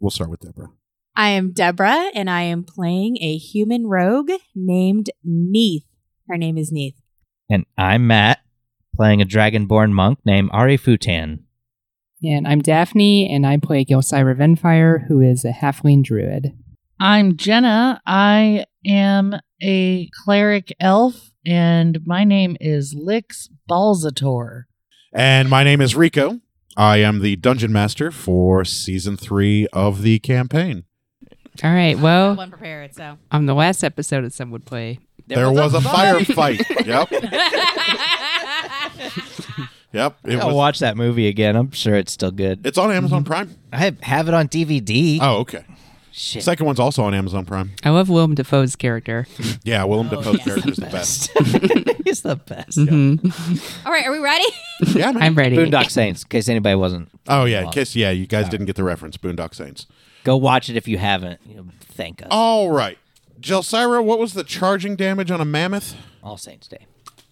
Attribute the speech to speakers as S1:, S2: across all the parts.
S1: We'll start with Deborah.
S2: I am Deborah, and I am playing a human rogue named Neith. Her name is Neith.
S3: And I'm Matt, playing a dragonborn monk named Ari Futan.
S4: And I'm Daphne, and I play Gilcyra Venfire, who is a halfling druid.
S5: I'm Jenna. I am a cleric elf, and my name is Lix Balzator.
S1: And my name is Rico. I am the dungeon master for season three of the campaign.
S4: All right.
S3: Oh.
S4: Well,
S2: One prepared, so.
S4: on the last episode of Some Would Play,
S1: There, was, a, firefight. yep, yep. It
S3: I'll
S1: was-
S3: watch that movie again. I'm sure it's still good.
S1: it's on Amazon Prime.
S3: I have it on DVD.
S1: Oh, okay.
S3: Mm-hmm. Shit.
S1: Second one's also on Amazon Prime.
S4: I love Willem Dafoe's character.
S1: Yeah, Willem Dafoe's
S2: yes.
S1: character is the best.
S3: He's the best.
S4: Mhm.
S2: All right, are we ready?
S1: Yeah, man.
S4: I'm ready.
S3: Boondock Saints, in case anybody wasn't.
S1: Oh yeah, in case yeah, you guys didn't get the reference. Boondock Saints.
S3: Go watch it if you haven't. You'll thank us.
S1: All right, Jelsira, what was the charging damage on a mammoth?
S3: All Saints Day.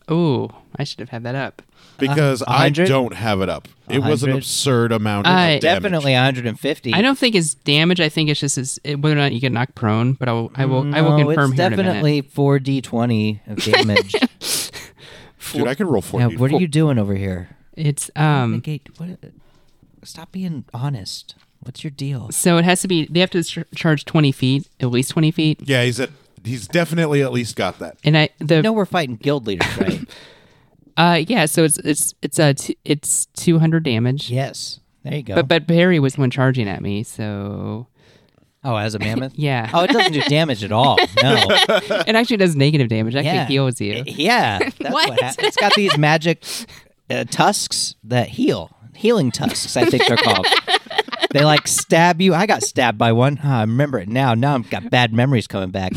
S4: Ooh, I should have had that up.
S1: Because
S3: a
S1: I
S3: hundred?
S1: don't have it up. It was an
S3: hundred?
S1: absurd amount.
S4: I-
S1: of damage.
S3: Definitely 150.
S4: I don't think it's damage. I think it's just it's, it, whether or not you get knocked prone. But I will. I will. I will
S3: No,
S4: confirm
S3: it's
S4: here
S3: definitely 4d20 of damage.
S1: dude. I could roll
S3: now,
S1: forty.
S3: what are you doing over here?
S4: in a minute. It's um.
S3: Negate, what, stop being honest. What's your deal?
S4: So it has to be. They have to ch- charge twenty feet, at least twenty feet.
S1: Yeah, he's at. He's definitely at least got that.
S4: And I the
S3: No, we're fighting guild leaders, right?
S4: uh yeah. So it's it's it's uh t- it's two hundred damage.
S3: yes. There you go.
S4: But but Barry was the one charging at me. So
S3: oh, as a mammoth?
S4: yeah.
S3: Oh, it doesn't do damage at all. No.
S4: it actually does negative damage. It actually
S3: Yeah.
S4: heals you.
S3: yeah. That's what?
S2: What?
S3: hap- it's got these magic uh, tusks that heal. Healing tusks, I think they're called. they like stab you. I got stabbed by one. Ah, I remember it now. Now I've got bad memories coming back.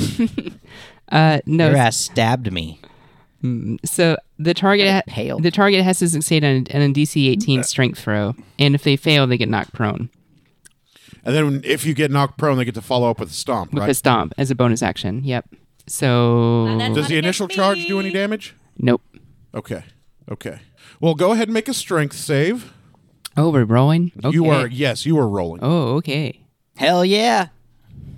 S4: Uh, no.
S3: Your ass stabbed me.
S4: So the target ha-
S3: Pale.
S4: the target has to succeed on, on a DC 18 strength throw, and if they fail, they get knocked prone
S1: And then if you get knocked prone, they get to follow up with a stomp,
S4: with
S1: right?
S4: a stomp as a bonus action. Yep. So
S1: Does the initial charge do any damage?
S4: nope.
S1: Okay. Okay. Well, go ahead and make a strength save.
S4: Oh, we're rolling. Okay.
S1: You are yes, you are rolling.
S4: Oh, okay.
S3: Hell yeah.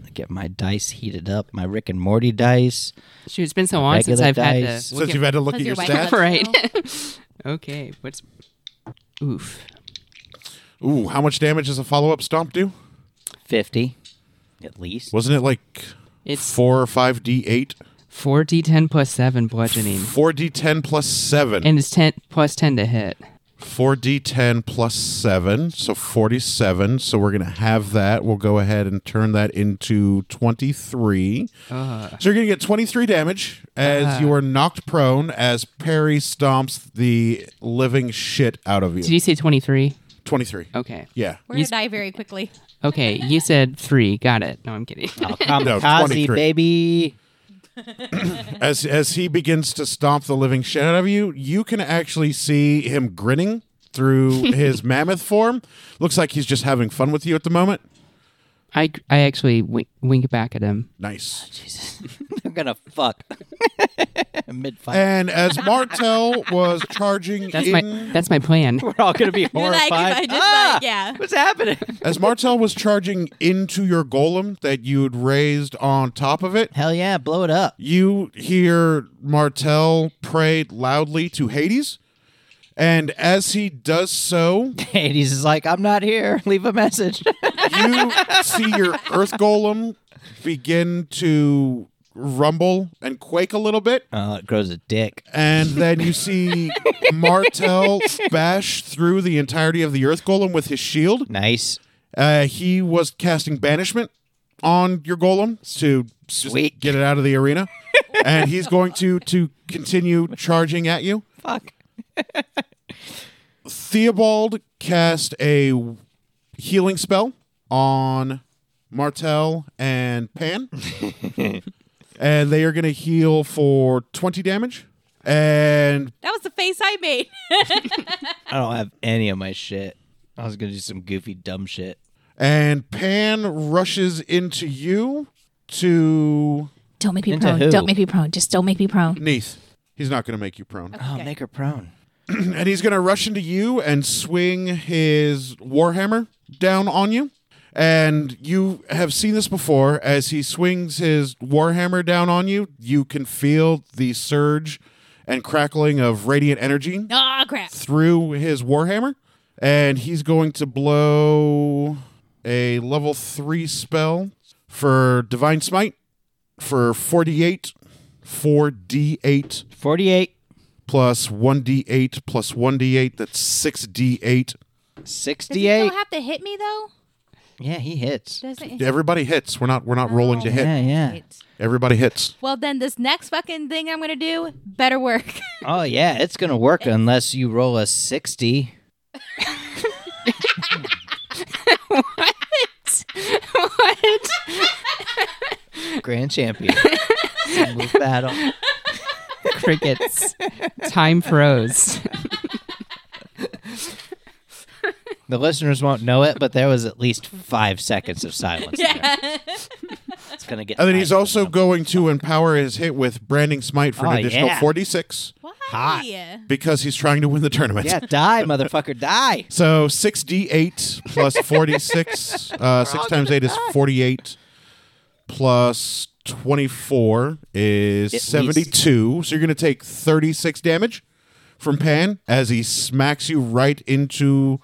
S3: I Get my dice heated up, my Rick and Morty dice.
S4: Shoot, it's been so long since
S3: Regular
S4: I've had
S3: dice.
S4: to.
S1: Since you've had to look at
S2: Has
S1: your
S2: your wife
S1: stats.
S2: had-
S4: right. okay. What's? Oof.
S1: Ooh, how much damage does a follow up stomp do?
S3: 50 at least.
S1: Wasn't it like
S4: It's-
S1: four or five D eight?
S4: Four D10 plus seven bludgeoning,
S1: Four D ten plus seven.
S4: and it's ten plus ten to hit.
S1: four D ten plus seven. So forty seven. So we're gonna have that. We'll go ahead and turn that into twenty three. So you're gonna get twenty three damage as you are knocked prone as Perry stomps the living shit out of
S4: Did
S1: you.
S4: you Oh. say twenty three?
S1: Twenty three.
S4: Okay.
S1: Yeah.
S2: We're going to die very quickly.
S4: Okay, you said three. Got it. No, I'm kidding.
S1: No,
S3: Kamikaze,
S1: 23.
S3: baby.
S1: As as he begins to stomp the living shit out of you, you can actually see him grinning through his mammoth form. Looks like he's just having fun with you at the moment.
S4: I I actually wink, wink back at him.
S1: Nice.
S3: I'm gonna fuck mid fight.
S1: And as Martel was charging
S4: That's
S1: in,
S4: my that's my plan.
S3: We're all gonna be
S2: You're
S3: horrified.
S2: Like, if I just,
S3: ah,
S2: like, yeah.
S3: what's happening?
S1: as Martel was charging into your golem that you'd raised on top of it,
S3: Hell yeah, blow it up.
S1: you hear Martel pray loudly to Hades. And as he does so,
S3: Hades is like, I'm not here. Leave a message.
S1: you see your earth golem begin to rumble and quake a little bit.
S3: Oh, it grows a dick.
S1: And then you see Martel bash through the entirety of the Earth Golem with his shield.
S3: Nice.
S1: Uh, he was casting banishment on your golem to just
S3: Sweet.
S1: get it out of the arena, and he's going to to continue charging at you.
S3: Fuck.
S1: Theobald cast a healing spell on Martel and Pan, and they are going to heal for twenty damage. And
S2: That was the face I made.
S3: I don't have any of my shit. I was gonna do some goofy dumb shit.
S1: and Pan rushes into you to
S2: Don't make me
S3: Into
S2: prone.
S3: who?
S2: Don't make me prone. Just don't make me prone.
S1: Neath. He's not going to make you prone.
S3: Oh,
S2: Okay.
S3: make her prone.
S1: and he's going to rush into you and swing his warhammer down on you. And you have seen this before. As he swings his warhammer down on you, you can feel the surge and crackling of radiant energy
S2: Ah, crap.
S1: through his warhammer. And he's going to blow a level three spell for divine smite for forty-eight, four d eight
S3: Forty-eight,
S1: plus 1d8 plus 1d8 that's 6d8
S2: Does he still
S3: sixty-eight.
S2: have to hit me though?
S3: yeah, he hits.
S2: Doesn't he?
S1: everybody hits we're not we're not rolling to hit
S3: Yeah, yeah.
S1: everybody hits
S2: Well, then this next fucking thing I'm gonna do better work.
S3: Oh yeah, it's gonna work unless you roll a sixty.
S2: what?
S3: Grand champion. Single battle.
S6: Crickets. Time froze.
S3: The listeners won't know it, but there was at least five seconds of silence. there.
S2: Yeah.
S3: It's gonna get.
S1: and then he's
S3: nice.
S1: also going to empower his hit with branding smite for
S3: Oh,
S1: an additional
S3: yeah.
S1: 46
S2: Why?
S3: Hot.
S1: because he's trying to win the tournament
S3: Yeah, die, motherfucker, die.
S1: so 6d8 plus 46 uh, 6 times 8 is 48 plus 24 is
S3: least.
S1: 72 so you're going to take 36 damage from pan as he smacks you right into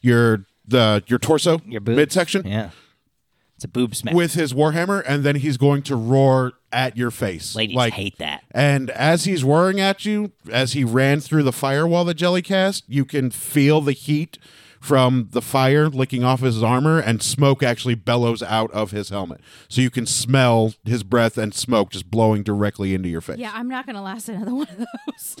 S1: your the your torso
S3: Your boobs.
S1: midsection
S3: Yeah. It's a boob smack.
S1: with his warhammer and then he's going to roar at your face
S3: Ladies hate that.
S1: and as he's whirring at you, as he ran through the firewall that Jelly cast, you can feel the heat from the fire licking off his armor, and smoke actually bellows out of his helmet. So you can smell his breath and smoke just blowing directly into your face.
S2: Yeah, I'm not gonna last another one of those.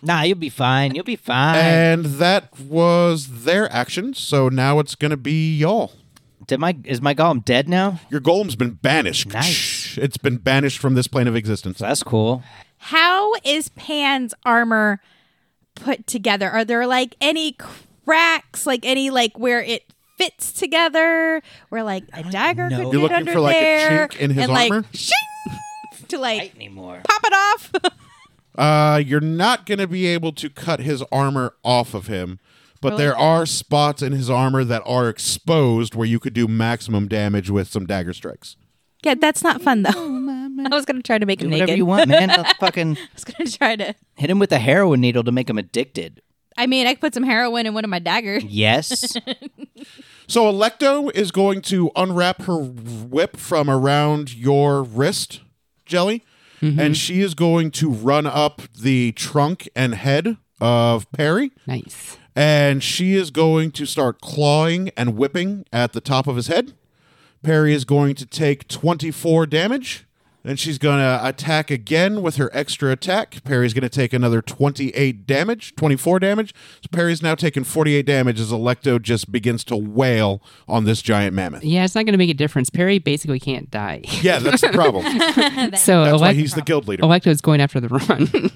S3: Nah, you'll be fine. You'll be fine.
S1: And that was their action. So now it's going to be y'all.
S3: Did my is my golem dead now?
S1: Your golem's been banished.
S3: Nice.
S1: It's been banished from this plane of existence.
S3: That's cool.
S2: How is Pan's armor put together? Are there like any cracks, like any like where it fits together, where like a dagger
S3: know.
S1: You're
S2: could get
S1: looking
S2: under
S1: for, like, a
S2: there,
S1: chink in his
S2: and, like,
S1: armor?
S2: shing, to like
S3: Anymore.
S2: pop it off?
S1: Uh, you're not going to be able to cut his armor off of him, but there are spots in his armor that are exposed where you could do maximum damage with some dagger strikes.
S2: yeah, that's not fun though. I was gonna try to make
S3: Do
S2: him
S3: whatever
S2: naked.
S3: you want, man. Let's fucking
S2: I was gonna try to.
S3: hit him with a heroin needle to make him addicted.
S2: I mean, I could put some heroin in one of my daggers.
S3: Yes.
S1: So Electo is going to unwrap her whip from around your wrist, Jelly, and she is going to run up the trunk and head of Perry,
S6: Nice.
S1: and she is going to start clawing and whipping at the top of his head. Perry is going to take 24 damage. Then she's going to attack again with her extra attack. Perry's going to take another 28 damage, 24 damage. So Perry's now taken 48 damage as Electo just begins to wail on this giant mammoth.
S6: Yeah, it's not going to make a difference. Perry basically can't die.
S1: Yeah, that's the problem.
S6: So
S1: That's why
S6: Elec-
S1: he's the guild leader.
S6: Electo is going after the run.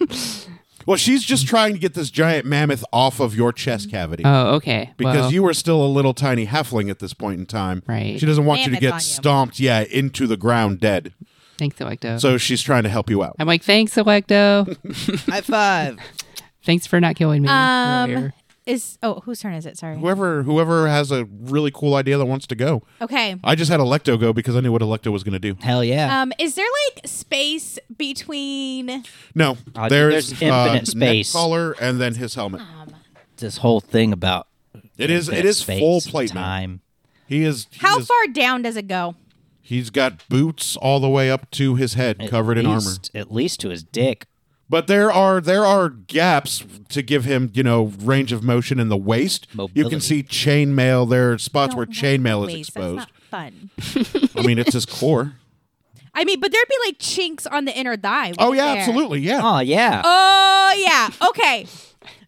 S1: Well, she's just trying to get this giant mammoth off of your chest cavity.
S6: oh, okay.
S1: because
S6: well,
S1: you are still a little tiny halfling at this point in time.
S6: Right.
S1: She doesn't want you to
S2: Mammoth on
S1: get
S2: you.
S1: stomped, yeah, into the ground dead.
S6: Thanks, Electo.
S1: So she's trying to help you out.
S6: I'm like, thanks, Electo.
S3: High five.
S6: thanks for not killing me.
S2: Um,
S6: earlier."
S2: is oh, whose turn is it? Sorry.
S1: Whoever whoever has a really cool idea that wants to go.
S2: Okay.
S1: I just had Electo go because I knew what Electo was going to do.
S3: Hell yeah.
S2: Um, is there like space between?
S1: No,
S3: Uh,
S1: there's,
S3: there's infinite
S1: uh,
S3: space.
S1: neck collar and then his helmet.
S3: this whole thing about
S1: It is it
S3: infinite
S1: is full
S3: space,
S1: plate man.
S3: time.
S1: He is he
S2: How
S1: is-
S2: far down does it go?
S1: He's got boots all the way up to his head,
S3: At
S1: covered in armor.
S3: least- At least to his dick.
S1: But there are there are gaps to give him, you know, range of motion in the waist. You
S3: Mobility.
S1: can see chainmail. There are spots where chainmail is
S2: Waist,
S1: exposed.
S2: That's not fun.
S1: I mean, it's his core.
S2: I mean, but there'd be like chinks on the inner thigh.
S1: Oh
S2: wouldn't
S1: yeah,
S2: there?
S1: absolutely, yeah.
S3: Oh yeah.
S2: Oh yeah. Okay.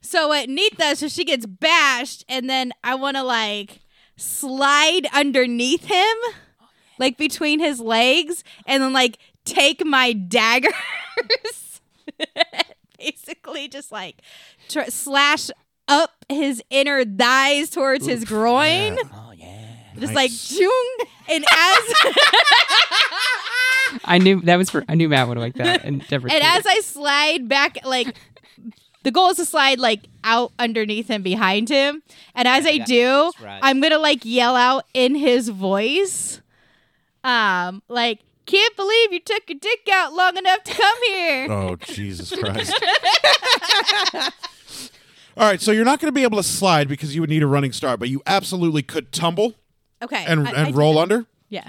S2: so what Neat does, so she gets bashed, and then I want to like slide underneath him, like between his legs, and then like take my daggers, basically just like tr- slash up his inner thighs towards his groin.
S3: Oh yeah.
S2: Just
S1: Nice.
S2: like zoom, and as
S6: I knew that was for. I knew Matt would like that. And Deborah
S2: and
S6: too.
S2: as I slide back, like the goal is to slide like out underneath him, behind him, and as I
S3: yeah,
S2: do,
S3: that's right.
S2: I'm gonna like yell out in his voice, um, like can't believe you took your dick out long enough to come here.
S1: Oh Jesus Christ! All right, so you're not going to be able to slide because you would need a running start, but you absolutely could tumble
S2: Okay,
S1: and
S2: I- I
S1: and
S2: did
S1: roll
S2: that.
S1: under.
S2: Yeah,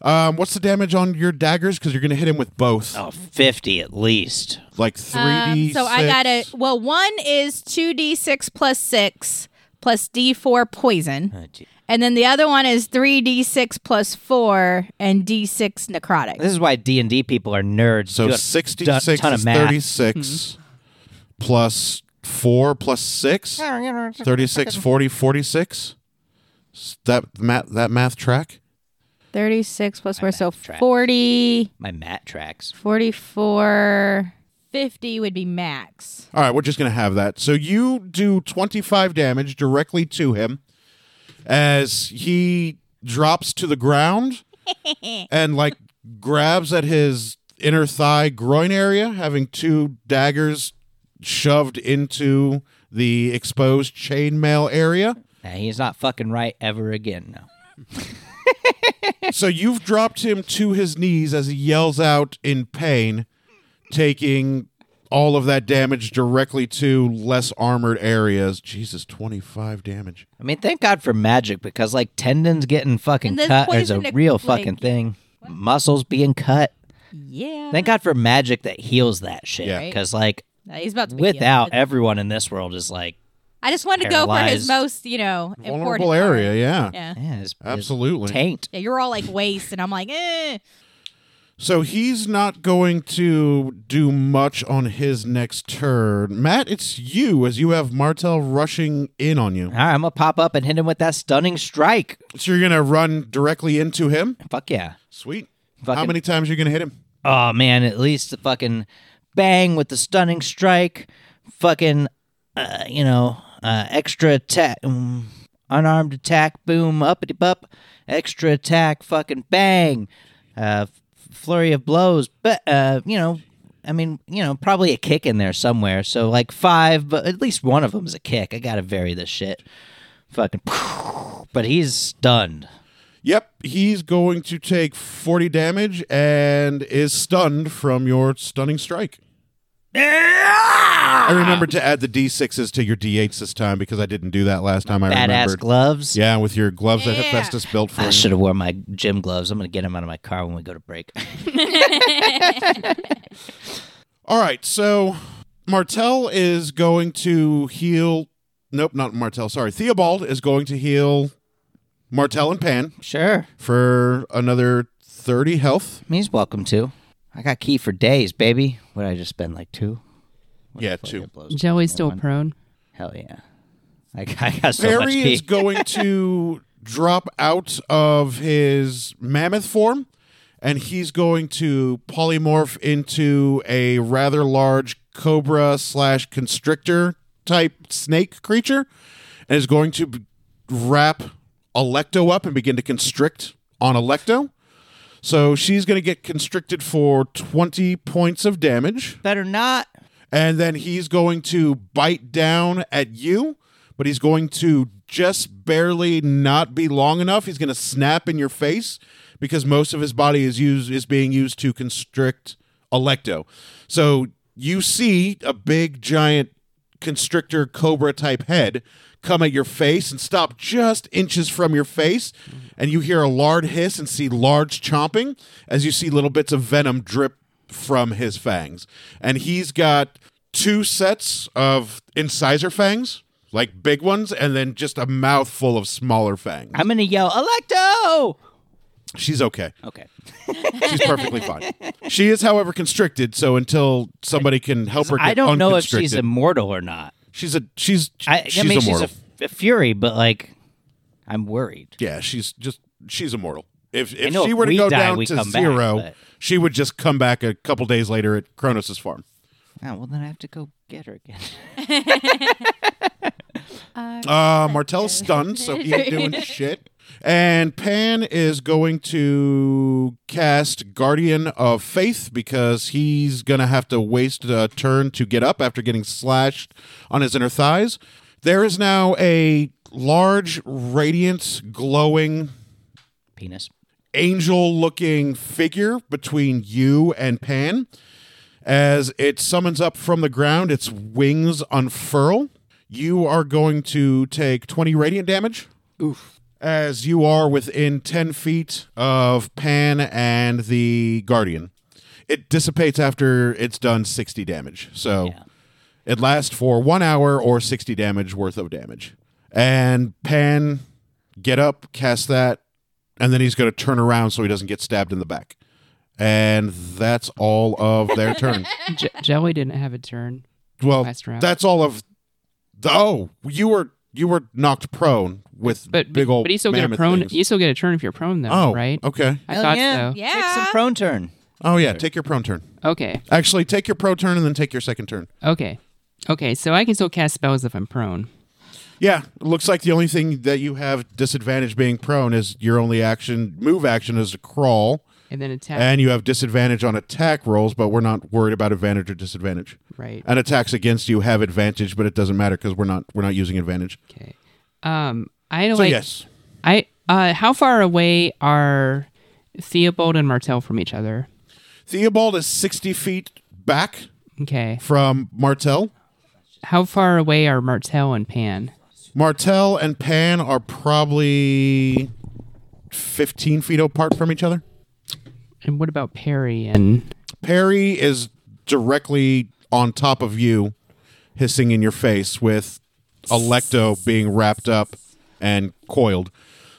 S1: Um, what's the damage on your daggers? Because you're going to hit him with both,
S3: Oh, 50 at least.
S1: like three
S2: um,
S1: d.
S2: so I got it. Well, one is two d six plus six plus d four poison.
S3: Oh, gee.
S2: And then the other one is 3d6 plus 4 and d6 necrotic.
S3: This is why D and D people are nerds.
S1: So
S3: Do a
S1: sixty
S3: dun-
S1: six
S3: ton
S1: is
S3: of math. Mm-hmm.
S1: thirty plus four plus six. 36, 40, 46. S- That math, that math track.
S2: 36 plus 4, so
S3: track.
S2: 40,
S3: My mat tracks.
S2: 44, 50 would be max.
S1: All right, we're just going to have that. So you do 25 damage directly to him as he drops to the ground and like grabs at his inner thigh groin area, having two daggers shoved into the exposed chainmail area.
S3: Now, he's not fucking right ever again. No.
S1: so you've dropped him to his knees as he yells out in pain, taking all of that damage directly to less armored areas. Jesus, 25 damage.
S3: I mean, thank God for magic because like tendons getting fucking
S2: And then
S3: cut is a
S2: poison,
S3: real
S2: like-
S3: fucking thing. Muscles being cut.
S2: Yeah.
S3: Thank God for magic that heals that shit.
S1: Yeah.
S3: Because like
S2: No, Uh, He's about to be healed.
S3: without, everyone in this world is like,
S2: I just wanted to go for his
S3: paralyzed.
S2: most, you know, important
S1: Vulnerable area,
S2: part.
S1: yeah.
S2: Yeah.
S3: yeah, his,
S1: Absolutely.
S3: his taint.
S2: Yeah, you're all like waste, and I'm like, eh.
S1: So he's not going to do much on his next turn. Matt, it's you as you have Martel rushing in on you.
S3: All right, I'm gonna pop up and hit him with that stunning strike.
S1: So you're going to run directly into him.
S3: Fuck yeah.
S1: Sweet. How
S3: Fucking-
S1: many times are you going to hit him?
S3: Oh man, at least the fucking bang with the stunning strike, fucking, uh, you know, uh, extra attack, um, unarmed attack, boom, uppity bup, extra attack, fucking bang, uh, f- flurry of blows, but uh, you know, I mean, you know, probably a kick in there somewhere. So like five, but at least one of them is a kick. I gotta vary this shit. Fucking, but he's stunned.
S1: Yep, he's going to take 40 damage and is stunned from your stunning strike. I remembered to add the d6s to your d8s this time because I didn't do that last time. I
S3: Badass
S1: remembered.
S3: gloves.
S1: Yeah, with your gloves that
S2: Yeah.
S1: Hephaestus built for
S3: I
S1: you.
S3: should have worn my gym gloves. I'm gonna get them out of my car when we go to break.
S1: All right, so Martel is going to heal. Nope, not Martel. Sorry. Theobald is going to heal Martel and Pan
S3: sure,
S1: for another 30 health.
S3: he's welcome to. I got key for days, baby. What I just spend like two?
S1: Yeah, two.
S6: Jelly's still prone.
S3: Hell yeah. I, I got so much
S1: Perry
S3: key.
S1: is going to drop out of his mammoth form and he's going to polymorph into a rather large cobra slash constrictor type snake creature and is going to b- wrap Electo up and begin to constrict on Electo. So she's going to get constricted for 20 points of damage.
S3: Better not.
S1: And then he's going to bite down at you, but he's going to just barely not be long enough. He's going to snap in your face because most of his body is used is being used to constrict Electo. So you see a big giant constrictor cobra type head come at your face and stop just inches from your face and you hear a large hiss and see large chomping as you see little bits of venom drip from his fangs and he's got two sets of incisor fangs like big ones and then just a mouthful of smaller fangs
S3: I'm gonna yell, Electo!
S1: she's okay
S3: Okay.
S1: She's perfectly fine. She is, however, constricted. So until somebody can help her, get
S3: I don't know if she's
S1: unconstricted-
S3: immortal or not.
S1: She's a she's
S3: I, I
S1: she's
S3: mean, she's
S1: immortal.
S3: a, a fury, but like, I'm worried.
S1: yeah, she's just she's immortal. If if
S3: know
S1: she
S3: if
S1: were to
S3: we
S1: go
S3: die,
S1: down
S3: we
S1: to
S3: come back,
S1: zero,
S3: but-
S1: she would just come back a couple days later at Kronos' farm.
S3: Oh, well, then I have to go get her again.
S1: Uh, Martell's stunned, so he ain't doing shit. And Pan is going to cast Guardian of Faith because he's going to have to waste a turn to get up after getting slashed on his inner thighs. There is now a large, radiant, glowing,
S3: Penis.
S1: angel looking figure between you and Pan. As it summons up from the ground, its wings unfurl. You are going to take 20 radiant damage. Oof. As you are within 10 feet of Pan and the Guardian. It dissipates after it's done 60 damage. So it lasts for one hour or 60 damage worth of damage. And Pan, get up, cast that, and then he's going to turn around so he doesn't get stabbed in the back. And that's all of their turn.
S4: J- Jelly didn't have a turn.
S1: Well,
S4: Last round.
S1: that's all of. The, oh, you were you were knocked prone with
S4: But
S1: big old.
S4: but you still get a
S1: mammoth
S4: prone.
S1: things.
S4: You still get a turn if you're prone though,
S1: oh,
S4: right?
S1: Okay.
S4: I
S3: Hell
S4: thought
S3: yeah.
S4: so.
S3: Take some
S2: Yeah.
S3: prone turn.
S1: Oh yeah, take your prone turn.
S4: Okay,
S1: Actually, take your pro turn and then take your second turn.
S4: okay, okay. So I can still cast spells if I'm prone.
S1: Yeah, it looks like the only thing that you have disadvantage being prone is your only action move action is to crawl,
S4: And then attack.
S1: and you have disadvantage on attack rolls. But we're not worried about advantage or disadvantage.
S4: right.
S1: and attacks against you have advantage, but it doesn't matter because we're not we're not using advantage.
S4: Okay. Um, I don't
S1: So
S4: like.
S1: yes,
S4: I uh, how far away are Theobald and Martel from each other?
S1: Theobald is sixty feet back
S4: Okay.
S1: from Martel.
S4: How far away are Martel and Pan?
S1: Martel and Pan are probably fifteen feet apart from each other.
S4: And what about Perry and
S1: Perry is directly on top of you, hissing in your face with Electo being wrapped up and coiled.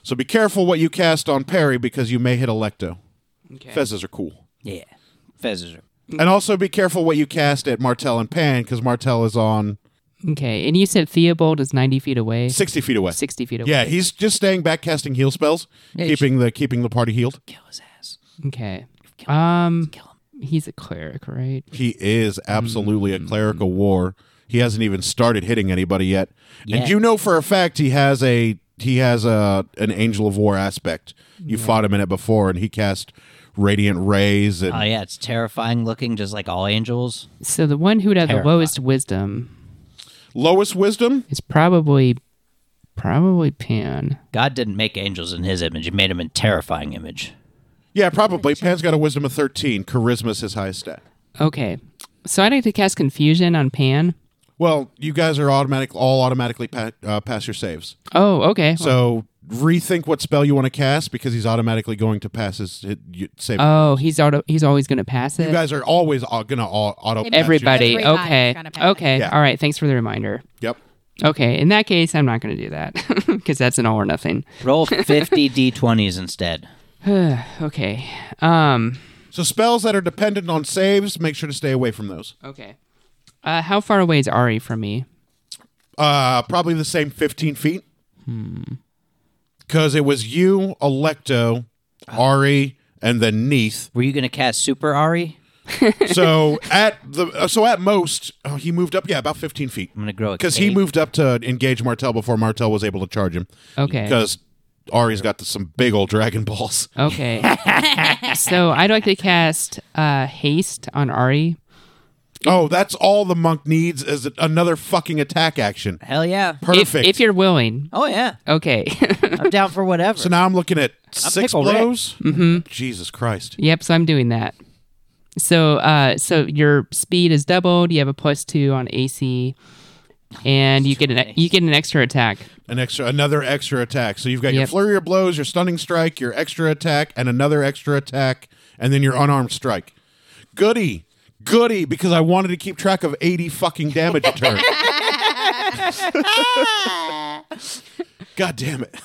S1: So be careful what you cast on Perry because you may hit Electo.
S4: Okay.
S1: Fezzes are cool.
S3: Yeah. Fezzes are.
S1: And also be careful what you cast at Martel and Pan because Martel is on
S4: Okay, and you said Theobald is ninety feet away,
S1: 60 feet away.
S4: sixty feet away.
S1: Yeah, he's just staying back casting heal spells,
S3: Yeah, you
S1: keeping the keeping the party healed.
S3: Kill his ass.
S4: Okay.
S3: Kill him.
S4: Um,
S3: Kill him.
S4: he's a cleric, right?
S1: He is absolutely a clerical war. He hasn't even started hitting anybody yet.
S3: Yeah.
S1: And you know for a fact he has a he has a an angel of war aspect. You fought him in it before and he cast radiant rays and
S3: Oh, yeah. It's terrifying looking, just like all angels.
S4: So the one who'd have the
S3: Terrified.
S4: lowest wisdom
S1: lowest wisdom.
S4: is probably probably Pan.
S3: God didn't make angels in his image. He made them in terrifying image.
S1: Yeah, probably. Pan's got a wisdom of 13. Charisma's his highest stat.
S4: Okay, so I'd like to cast confusion on Pan.
S1: Well, you guys are automatic all automatically pa- uh, pass your saves.
S4: Oh, okay.
S1: So rethink what spell you want to cast because he's automatically going to pass his hit, you, save.
S4: oh, he's auto, he's always gonna pass it.
S1: you guys are always au- gonna au- auto. pass your-
S4: Everybody.
S2: Everybody's
S4: Okay.
S2: gonna pass.
S4: Okay.
S1: Yeah.
S4: All right. Thanks for the reminder.
S1: Yep.
S4: Okay. In that case, I'm not going to do that because that's an all or nothing.
S3: Roll 50 d20s instead.
S4: Okay. Um.
S1: So spells that are dependent on saves, make sure to stay away from those.
S4: Okay. Uh, how far away is Ari from me?
S1: Uh, probably the same fifteen feet. Because it was you, Electo, Ari, and then Neath.
S3: Were you going to cast Super Ari?
S1: So at the uh, so at most oh, he moved up. Yeah, about fifteen feet.
S3: I'm going to grow a
S1: Because he
S3: cape.
S1: moved up to engage Martel before Martel was able to charge him.
S4: Okay.
S1: Because Ari's got some big old dragon balls.
S4: Okay. so I'd like to cast uh, haste on Ari.
S1: Oh, that's all the monk needs is another fucking attack action.
S3: Hell yeah.
S4: If,
S1: Perfect.
S4: if you're willing.
S3: Oh, yeah.
S4: Okay.
S3: I'm down for whatever.
S1: so now I'm looking at six
S3: Pickle Rick.
S1: blows. Mm-hmm. Jesus Christ!
S4: yep. So I'm doing that. So uh, so your speed is doubled. You have a plus two on AC. and you get an you get an extra attack.
S1: An extra, another extra attack. So you've got your
S4: Yep.
S1: flurry of blows, your stunning strike, your extra attack, and another extra attack, and then your unarmed strike. Goody, goody, because I wanted to keep track of eighty fucking damage a turn. God damn it!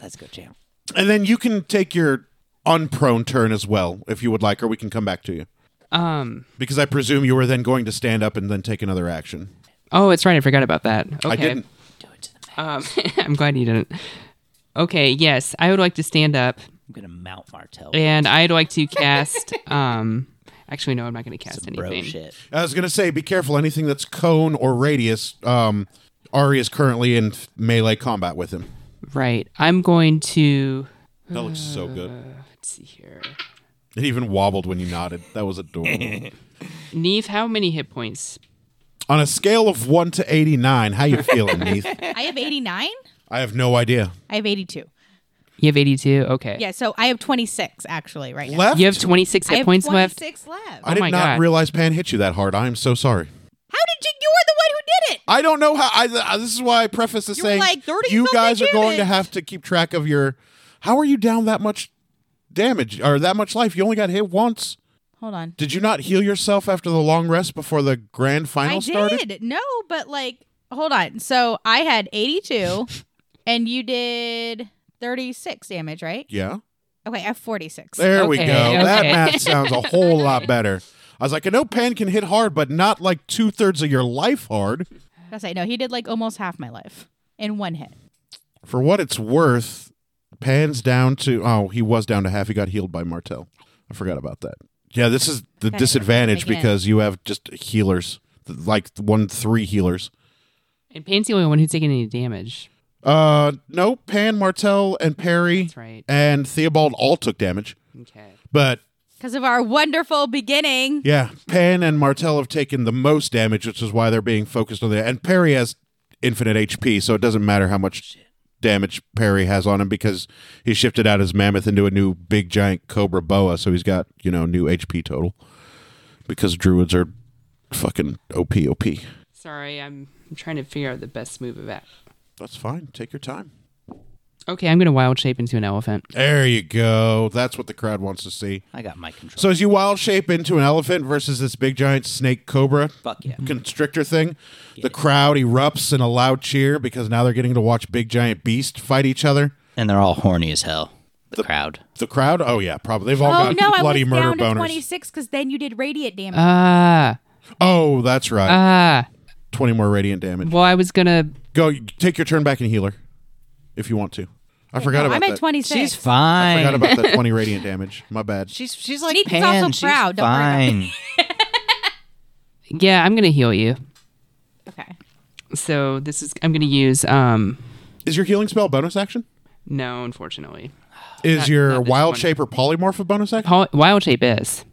S3: Let's go, champ.
S1: And then you can take your unprone turn as well if you would like, or we can come back to you
S4: Um.
S1: because I presume you were then going to stand up and then take another action.
S4: Oh, it's right. I forgot about that. Okay.
S1: I didn't.
S4: Um, I'm glad you didn't. Okay. Yes, I would like to stand up,
S3: I'm gonna mount Martell.
S4: and I'd like to cast. um. Actually, no, I'm not going to cast
S3: Some bro
S4: anything.
S3: shit.
S1: I was gonna say, be careful. Anything that's cone or radius. Um, Ari is currently in melee combat with him.
S4: Right. I'm going to.
S1: That looks so good.
S4: Let's see here.
S1: It even wobbled when you nodded. That was adorable.
S4: Neve, how many hit points?
S1: On a scale of one to eighty-nine, how you feeling, Neith?
S2: I have 89.
S1: I have no idea.
S2: I have 82.
S4: You have 82. Okay.
S2: Yeah, so I have 26 actually right now.
S1: Left.
S4: You have 26
S2: I
S4: hit
S2: have
S4: points left.
S2: 26 left.
S1: I
S4: Oh
S1: did
S4: my
S1: not
S4: God.
S1: realize Pan hit you that hard. I am so sorry.
S2: How did you? You were the one who did it.
S1: I don't know how. I, I- this is why I preface this
S2: You were
S1: saying
S2: like 30
S1: you
S2: something
S1: guys are going to
S2: damage.
S1: have to keep track of your. How are you down that much damage or that much life? You only got hit once.
S2: Hold on.
S1: Did you not heal yourself after the long rest before the grand final
S2: I
S1: started?
S2: did. No, but like, hold on. So I had 82, and you did 36 damage, right?
S1: Yeah.
S2: Okay, I have 46.
S1: There we go.
S4: Okay,
S1: That
S4: okay.
S1: math sounds a whole lot better. I was like, I know Pan can hit hard, but not like two thirds of your life hard.
S2: I say no. He did like almost half my life in one hit.
S1: For what it's worth, Pan's down to oh, he was down to half. He got healed by Martel. I forgot about that. Yeah, this is the
S2: Okay,
S1: disadvantage
S2: again.
S1: because you have just healers, like one three healers.
S4: And Pan's the only one who's taking any damage.
S1: Uh, no, Pan, Martel, and Perry
S4: That's right.
S1: and Theobald all took damage,
S4: Okay.
S1: but
S2: Because of our wonderful beginning.
S1: Yeah, Pan and Martel have taken the most damage, which is why they're being focused on that. And Perry has infinite HP, so it doesn't matter how much damage Perry has on him because he shifted out his mammoth into a new big giant cobra boa, so he's got you know new HP total. Because druids are fucking op op.
S4: Sorry, I'm, I'm trying to figure out the best move of that.
S1: That's fine. Take your time.
S4: Okay, I'm going to wild shape into an elephant.
S1: There you go. That's what the crowd wants to see.
S3: I got my control.
S1: So as you wild shape into an elephant versus this big giant snake cobra
S3: Fuck yeah.
S1: Mm-hmm. constrictor thing, the crowd erupts in a loud cheer because now they're getting to watch big giant beast fight each other.
S3: And they're all horny as hell. The, crowd.
S1: The crowd, oh yeah, probably they've all
S2: Oh
S1: got
S2: no, I
S1: bloody
S2: was
S1: murder
S2: down
S1: boners.
S2: to 26 because then you did radiant damage.
S4: Ah,
S1: Oh, that's right,
S4: ah.
S1: twenty more radiant damage.
S4: Well, I was going to.
S1: Go you- take your turn back and healer, if you want to. I forgot
S2: No,
S1: about
S2: I'm
S1: that.
S2: at 26.
S3: She's
S1: I
S3: fine.
S1: forgot about that twenty radiant damage. My bad.
S3: she's she's like
S2: Neith's
S3: Pan.
S2: also
S3: she's
S2: proud, don't worry about it.
S3: fine.
S4: Yeah, I'm going to heal you.
S2: okay.
S4: So this is. I'm going to use. um
S1: Is your healing spell a bonus action?
S4: No, unfortunately.
S1: Is your
S4: not this
S1: wild
S4: one.
S1: shape or polymorph a bonus action?
S4: Paul, wild shape is.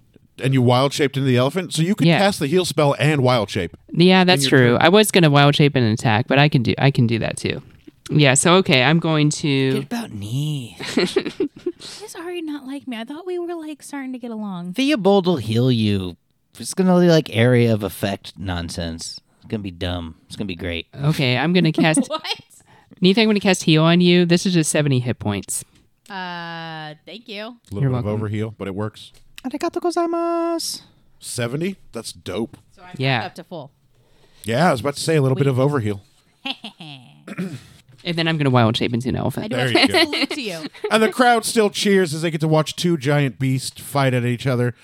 S1: and you wild shaped into the elephant, so you can
S4: Yeah.
S1: cast the heal spell and wild shape.
S4: Yeah, that's true. I was going to wild shape and attack, but I can do I can do that too. Yeah, so okay, I'm going
S3: What
S4: to
S3: about knee?
S2: She's already not like me. I thought we were like starting to get along.
S3: Theobald will heal you. It's gonna be like area of effect nonsense. It's gonna be dumb. It's gonna be great.
S4: Okay, I'm going to cast
S2: What?
S4: Neith, I'm going to cast heal on you. This is just 70 hit points.
S2: Uh, thank you.
S1: A little
S4: You're
S1: bit
S4: welcome.
S1: of overheal, but it works.
S3: Arigato gozaimasu.
S1: 70? That's dope.
S2: So I'm
S4: Yeah.
S2: up to full.
S1: Yeah, I was about to say a little bit of overheal.
S4: And then I'm going to wild shape into an
S2: I
S4: elephant.
S2: do
S1: There
S2: a
S1: you go.
S2: salute to you.
S1: and the crowd still cheers as they get to watch two giant beasts fight at each other.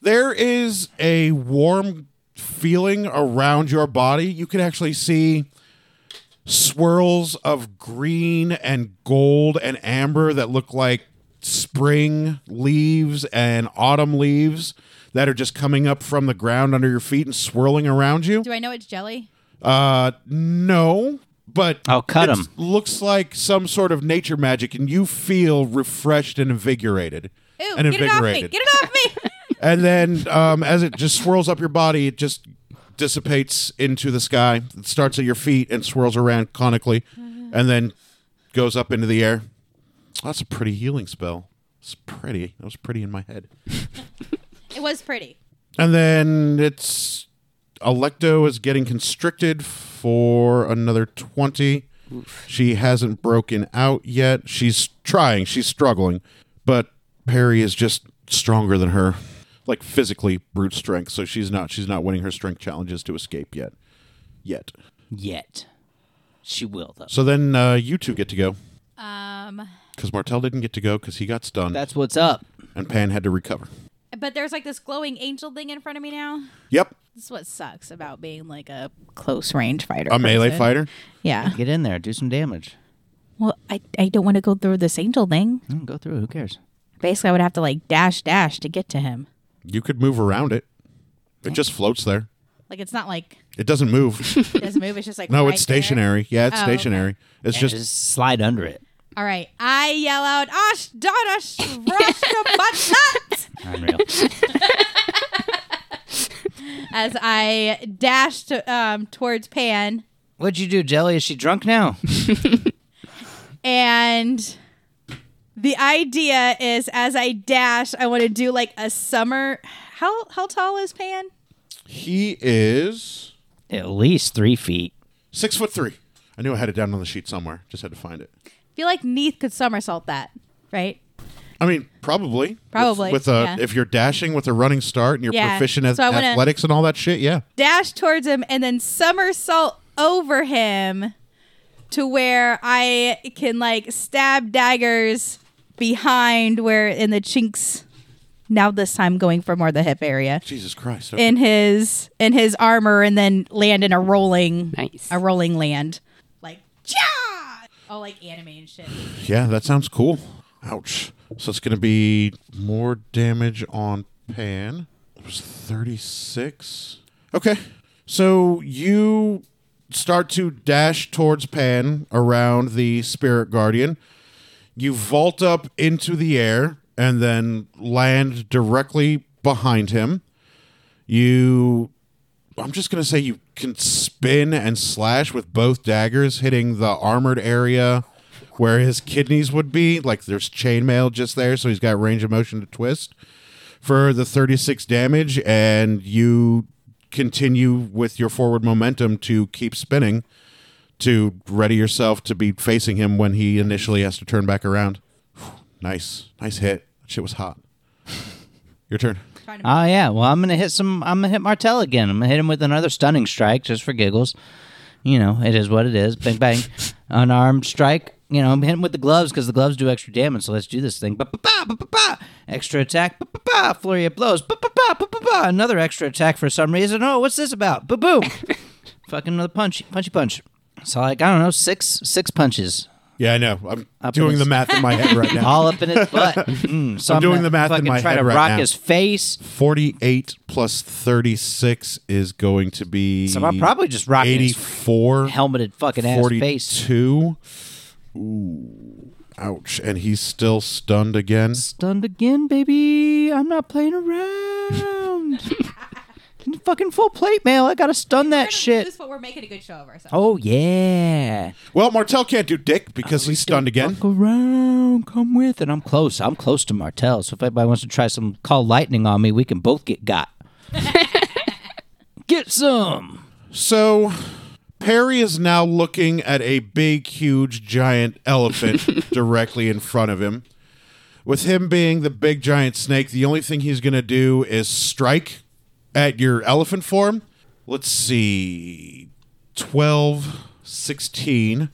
S1: There is a warm feeling around your body. You can actually see swirls of green and gold and amber that look like spring leaves and autumn leaves that are just coming up from the ground under your feet and swirling around you.
S2: Do I know it's jelly?
S1: Uh, no, but
S3: Oh, cut
S1: it's-
S3: 'em.
S1: Looks like some sort of nature magic, and you feel refreshed and invigorated.
S2: Ooh,
S1: and
S2: get it off me. Get it off me.
S1: And then, um, as it just swirls up your body, it just dissipates into the sky. It starts at your feet and swirls around conically,
S2: Mm-hmm.
S1: and then goes up into the air. That's a pretty healing spell. It's pretty. That was pretty in my head.
S2: it was pretty.
S1: And then it's Electo is getting constricted for another 20. She hasn't broken out yet. She's trying, she's struggling, but Perry is just stronger than her, like physically brute strength, so she's not she's not winning her strength challenges to escape yet. Yet.
S3: Yet. She will, though.
S1: So then uh, you two get to go
S2: Um,
S1: cuz Martel didn't get to go cuz he got stunned
S3: That's what's up.
S1: and Pan had to recover.
S2: but there's like this glowing angel thing in front of me now.
S1: Yep.
S2: This is what sucks about being like a close range fighter.
S1: A melee
S2: person.
S1: fighter.
S2: Yeah.
S3: Get in there. Do some damage.
S2: Well, I, I don't want to go through this angel thing.
S3: Mm, Go through. Who cares?
S2: Basically, I would have to like dash dash to get to him.
S1: You could move around it. It just floats there.
S2: Like it's not like
S1: It doesn't move.
S2: it doesn't move. It's just like
S1: No,
S2: right
S1: it's
S2: there.
S1: stationary. Yeah, it's
S2: Oh, okay.
S1: stationary. It's
S3: Just,
S1: just
S3: slide under it.
S2: All right, I yell out, "Ash, Donna, Rush, nuts!"
S3: Unreal.
S2: as I dash to, um, towards Pan
S3: What'd you do, Jelly? Is she drunk now?
S2: and. The idea is as I dash, I want to do like a summer. How how tall is Pan?
S1: He is
S3: At least three feet.
S1: six foot three. I knew I had it down on the sheet somewhere. Just had to find it.
S2: I feel like Neath could somersault that, right?
S1: I mean, probably. With-
S2: Probably,
S1: With, a
S2: yeah.
S1: if you're dashing with a running start and you're
S2: Yeah,
S1: proficient at
S2: so I wanna-
S1: athletics and all that shit, yeah.
S2: dash towards him and then somersault over him to where I can like stab daggers behind where in the chinks now this time going for more the hip area
S1: Jesus Christ. okay.
S2: in his in his armor and then land in a rolling
S4: Nice.
S2: a rolling land like yeah all like anime and shit
S1: yeah, that sounds cool. Ouch. So it's gonna be more damage on Pan. It was thirty six. Okay. So you start to dash towards Pan around the Spirit Guardian. You vault up into the air and then land directly behind him. You, I'm just going to say you can spin and slash with both daggers, hitting the armored area where his kidneys would be. Like there's chainmail just there, so he's got range of motion to twist for the 36 damage, and you continue with your forward momentum to keep spinning to ready yourself to be facing him when he initially has to turn back around. nice. Nice hit. That shit was hot. Your turn.
S3: Oh yeah. Well, I'm gonna hit some. I'm gonna hit Martell again. I'm gonna hit him with another stunning strike just for giggles. You know, it is what it is. Bang bang, unarmed strike. You know, I'm hitting with the gloves because the gloves do extra damage. So let's do this thing. Ba ba ba ba ba ba. Extra attack. Ba ba ba. Flurry of blows. Ba ba ba ba ba ba. Another extra attack for some reason. Oh, what's this about? Ba boom. Fucking another punch. Punchy punch. So like I don't know, six six punches
S1: Yeah, I know. I'm
S3: Up
S1: doing
S3: in
S1: the
S3: his-
S1: math in my head right now.
S3: all up in his butt. Mm, so
S1: I'm
S3: I'm,
S1: doing
S3: gonna
S1: the math in
S3: fucking
S1: my
S3: try
S1: head
S3: to
S1: right
S3: rock
S1: now.
S3: his face.
S1: 48 plus 36 is going to be
S3: So I'm probably just rocking his
S1: 84
S3: helmeted fucking ass face.
S1: 42. Ooh. Ouch. And he's still stunned again.
S3: Stunned again, baby. I'm not playing around. fucking full plate mail. I gotta stun that shit.
S2: but we're making a good show of ourselves
S3: Oh yeah.
S1: Well, Martel can't do dick
S3: Oh,
S1: because he's stunned again.
S3: Fuck around. Come with it. I'm close. I'm close to Martell. So if anybody wants to try some call lightning on me, we can both get got. get some.
S1: So Perry is now looking at a big, huge, giant elephant directly in front of him. With him being the big giant snake, the only thing he's going to do is strike at your elephant form. Let's see 12, 16.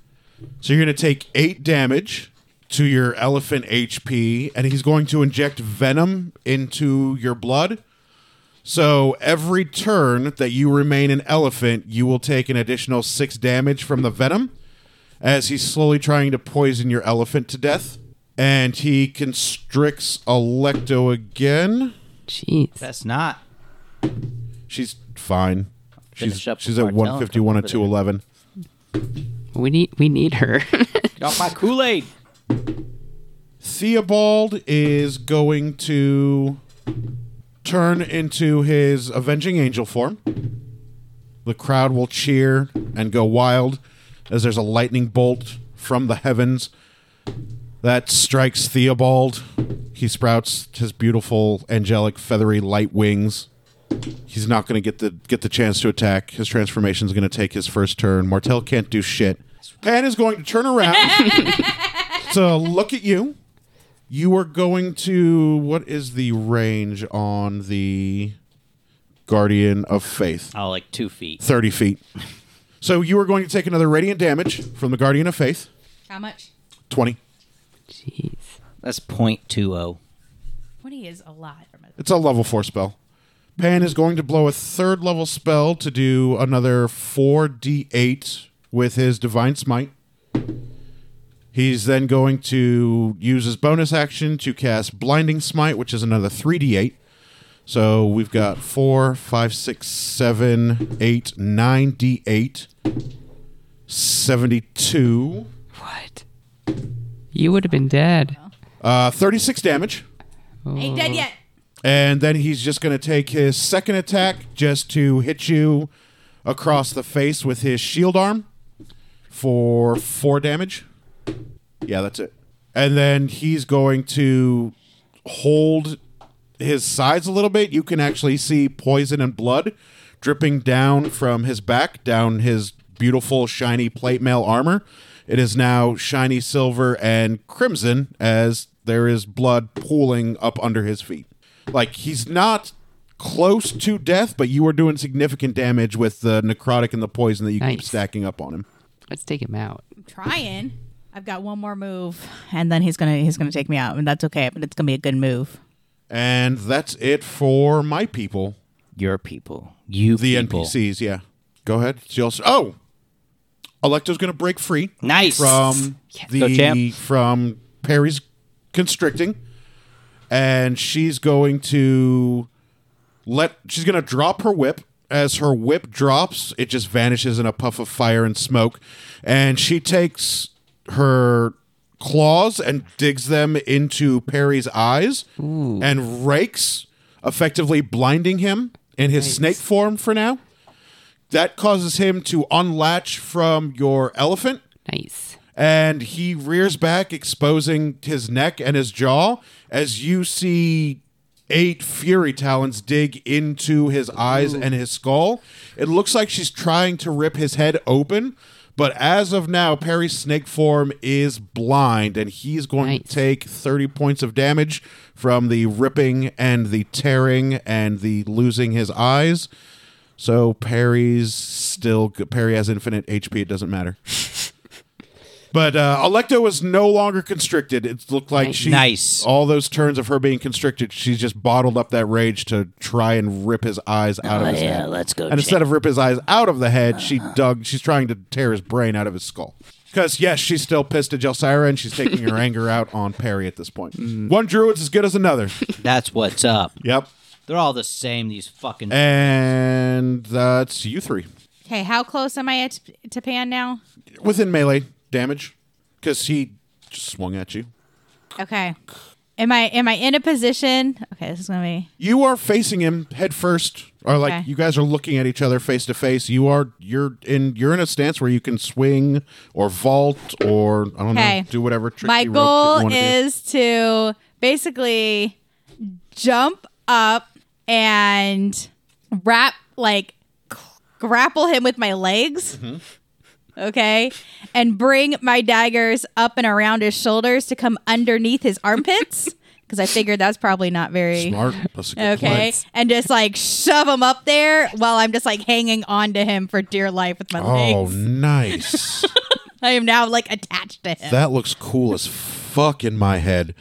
S1: So you're going to take eight damage to your elephant HP, and he's going to inject venom into your blood. So every turn that you remain an elephant, you will take an additional six damage from the venom as he's slowly trying to poison your elephant to death. And he constricts Electo again.
S4: Jeez.
S3: That's not.
S1: She's fine. She's,
S3: Finish up
S1: she's
S3: with
S1: at
S3: Martell and
S1: 151 and
S3: come over
S1: 211.
S4: We need we need her.
S3: Get off my Kool Aid.
S1: Theobald is going to turn into his avenging angel form. The crowd will cheer and go wild as there's a lightning bolt from the heavens that strikes Theobald. He sprouts his beautiful angelic feathery light wings He's not going to get the get the chance to attack. His transformation's going to take his first turn. Martel can't do shit. And is going to turn around to look at you. You are going to what is the range on the Guardian of Faith?
S3: Oh, like two feet.
S1: 30 feet. So you are going to take another radiant damage from the Guardian of Faith.
S2: How much?
S1: 20.
S4: Jeez.
S3: That's point two oh.
S2: Twenty is a lot.
S1: It's a level 4 spell. Pan is going to blow a third level spell to do another 4d8 with his Divine Smite. He's then going to use his bonus action to cast Blinding Smite, which is another 3d8. So we've got 4, 5, 6, 7, 8, 9d8, 72.
S4: What? You would have been dead.
S1: Uh, 36 damage.
S2: Ain't dead yet.
S1: And then he's just going to take his second attack just to hit you across the face with his shield arm for four damage. Yeah, that's it. And then he's going to hold his sides a little bit. You can actually see poison and blood dripping down from his back, down his beautiful, shiny plate mail armor. It is now shiny silver and crimson as there is blood pooling up under his feet. Like, he's not close to death, but you are doing significant damage with the necrotic and the poison that you keep
S4: Nice.
S1: stacking up on him.
S4: Let's take him out.
S2: I'm trying. I've got one more move, and then he's gonna he's gonna take me out, and that's okay. But it's gonna be a good move.
S1: And that's it for my people.
S3: Your people. You
S1: The
S3: people.
S1: NPCs, yeah. Go ahead. She also Oh. Electo's gonna break free
S3: Nice.
S1: from
S3: Go,
S1: the
S3: champ.
S1: from Perry's constricting. And she's going to let she's gonna drop her whip. As her whip drops, it just vanishes in a puff of fire and smoke. And she takes her claws and digs them into Perry's eyes and rakes, effectively blinding him in his snake form for now. That causes him to unlatch from your elephant,
S4: Nice.
S1: and he rears back, exposing his neck and his jaw as you see eight fury talons dig into his eyes and his skull. It looks like she's trying to rip his head open, but as of now, Perry's snake form is blind, and he's going
S4: Nice.
S1: to take 30 points of damage from the ripping and the tearing and the losing his eyes. So Perry's still good. Perry has infinite HP. It doesn't matter. But uh, Electo was no longer constricted. It looked like she
S3: Nice.
S1: all those turns of her being constricted. She's just bottled up that rage to try and rip his eyes out of his
S3: Oh, yeah,
S1: head.
S3: let's go. Uh-huh.
S1: And instead of rip his eyes out of the head, she dug. She's trying to tear his brain out of his skull. Because yes, she's still pissed at Jelsira, and she's taking her anger out on Perry at this point.
S3: Mm.
S1: One druid's as good as another.
S3: That's what's up.
S1: yep.
S3: They're all the same. These fucking.
S1: And that's you three
S2: Okay, how close am I at, to Pan now?
S1: within melee damage, because he just swung at you.
S2: Okay, am I am I in a position? Okay, this is gonna be
S1: you are facing him head first or like
S2: Okay.
S1: you guys are looking at each other face to face you are you're in you're in a stance where you can swing or vault or i don't
S2: Okay.
S1: know do whatever tricky
S2: my
S1: rope that you
S2: goal
S1: wanna do.
S2: is to basically jump up and wrap like cl- grapple him with my legs
S1: Mm-hmm.
S2: okay and bring my daggers up and around his shoulders to come underneath his armpits because i figured that's probably not very
S1: smart that's a good
S2: okay
S1: plan.
S2: and just like shove him up there while i'm just like hanging on to him for dear life with my
S1: oh
S2: legs
S1: nice
S2: i am now like attached to him
S1: that looks cool as fuck in my head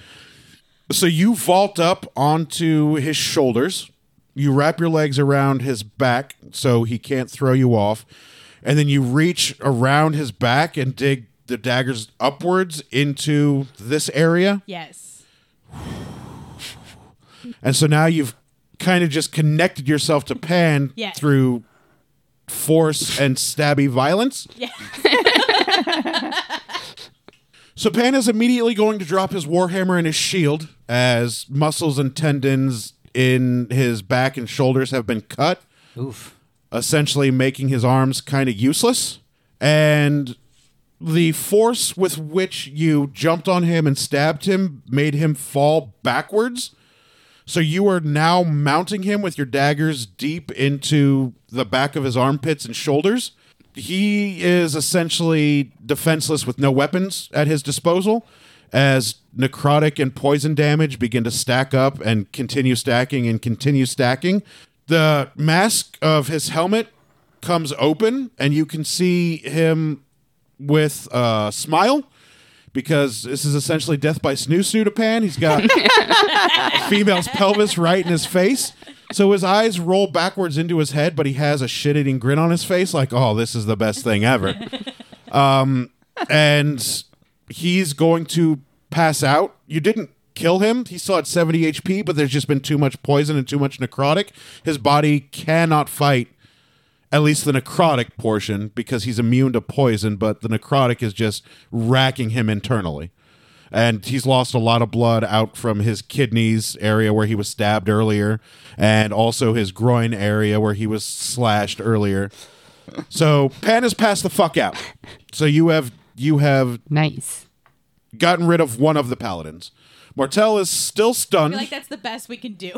S1: so you vault up onto his shoulders you wrap your legs around his back so he can't throw you off and then you reach around his back and dig the daggers upwards into this area
S2: yes
S1: and so now you've kind of just connected yourself to pan
S2: Yeah.
S1: through force and stabby violence So Pan is immediately going to drop his warhammer and his shield as muscles and tendons in his back and shoulders have been cut,
S3: Oof.
S1: essentially making his arms kind of useless. And the force with which you jumped on him and stabbed him made him fall backwards. So you are now mounting him with your daggers deep into the back of his armpits and shoulders. He is essentially defenseless with no weapons at his disposal as necrotic and poison damage begin to stack up and continue stacking and continue stacking. The mask of his helmet comes open and you can see him with a smile because this is essentially death by snoo pan. He's got female's pelvis right in his face. So his eyes roll backwards into his head, but he has a shit eating grin on his face, like, oh, this is the best thing ever. Um, and he's going to pass out. You didn't kill him. He still had 70 HP, but there's just been too much poison and too much necrotic. His body cannot fight at least the necrotic portion because he's immune to poison, but the necrotic is just racking him internally. And he's lost a lot of blood out from his kidneys area where he was stabbed earlier, and also his groin area where he was slashed earlier. So Pan has passed the fuck out. So you have you have
S4: Nice.
S1: gotten rid of one of the paladins. Martel is still
S2: I
S1: stunned,
S2: feel like that's the best we can do.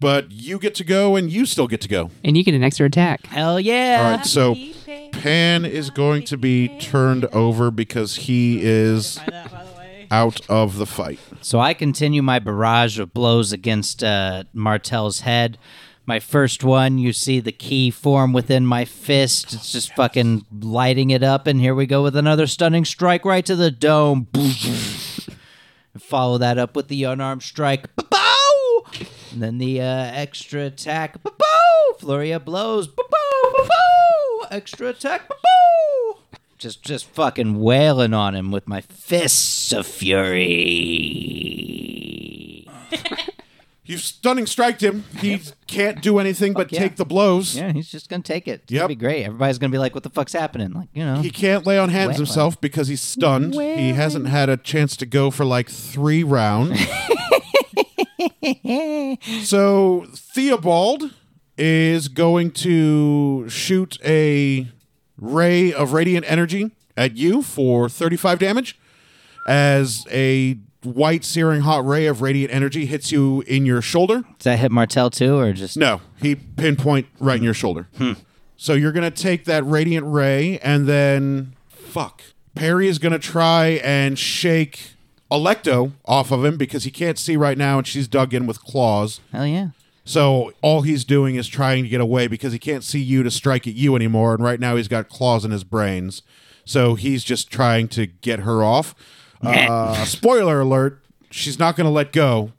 S1: but you get to go, and you still get to go.
S4: And you get an extra attack.
S3: Hell yeah.
S1: All right, so Pan is going to be turned over because he is out of the fight.
S3: So I continue my barrage of blows against uh, Martel's head. My first one, you see the key form within my fist. It's just fucking lighting it up, and here we go with another stunning strike right to the dome. Follow that up with the unarmed strike. Bow! And then the uh, extra attack. Bow! Flurry of blows. Bow! Bow! Extra attack. Bow! Just, just fucking wailing on him with my fists of fury.
S1: You've stunning striked him. He can't do anything but
S3: yeah.
S1: take the blows.
S3: Yeah, he's just gonna take it. It's
S1: Yep.
S3: gonna be great. Everybody's gonna be like, "What the fuck's happening?" Like, you know.
S1: He can't lay on hands
S3: Wailing.
S1: himself because he's stunned. He hasn't had a chance to go for like three rounds. so Theobald is going to shoot a ray of radiant energy at you for 35 damage as a white searing hot ray of radiant energy hits you in your shoulder.
S3: Does that hit Martel too, or just
S1: No, he pinpoint right in your shoulder. So you're gonna take that radiant ray and then fuck. Perry is gonna try and shake Electo off of him because he can't see right now and she's dug in with claws.
S3: hell yeah?
S1: So all he's doing is trying to get away because he can't see you to strike at you anymore, and right now he's got claws in his brains. So he's just trying to get her off. Uh, spoiler alert: she's not going to let go.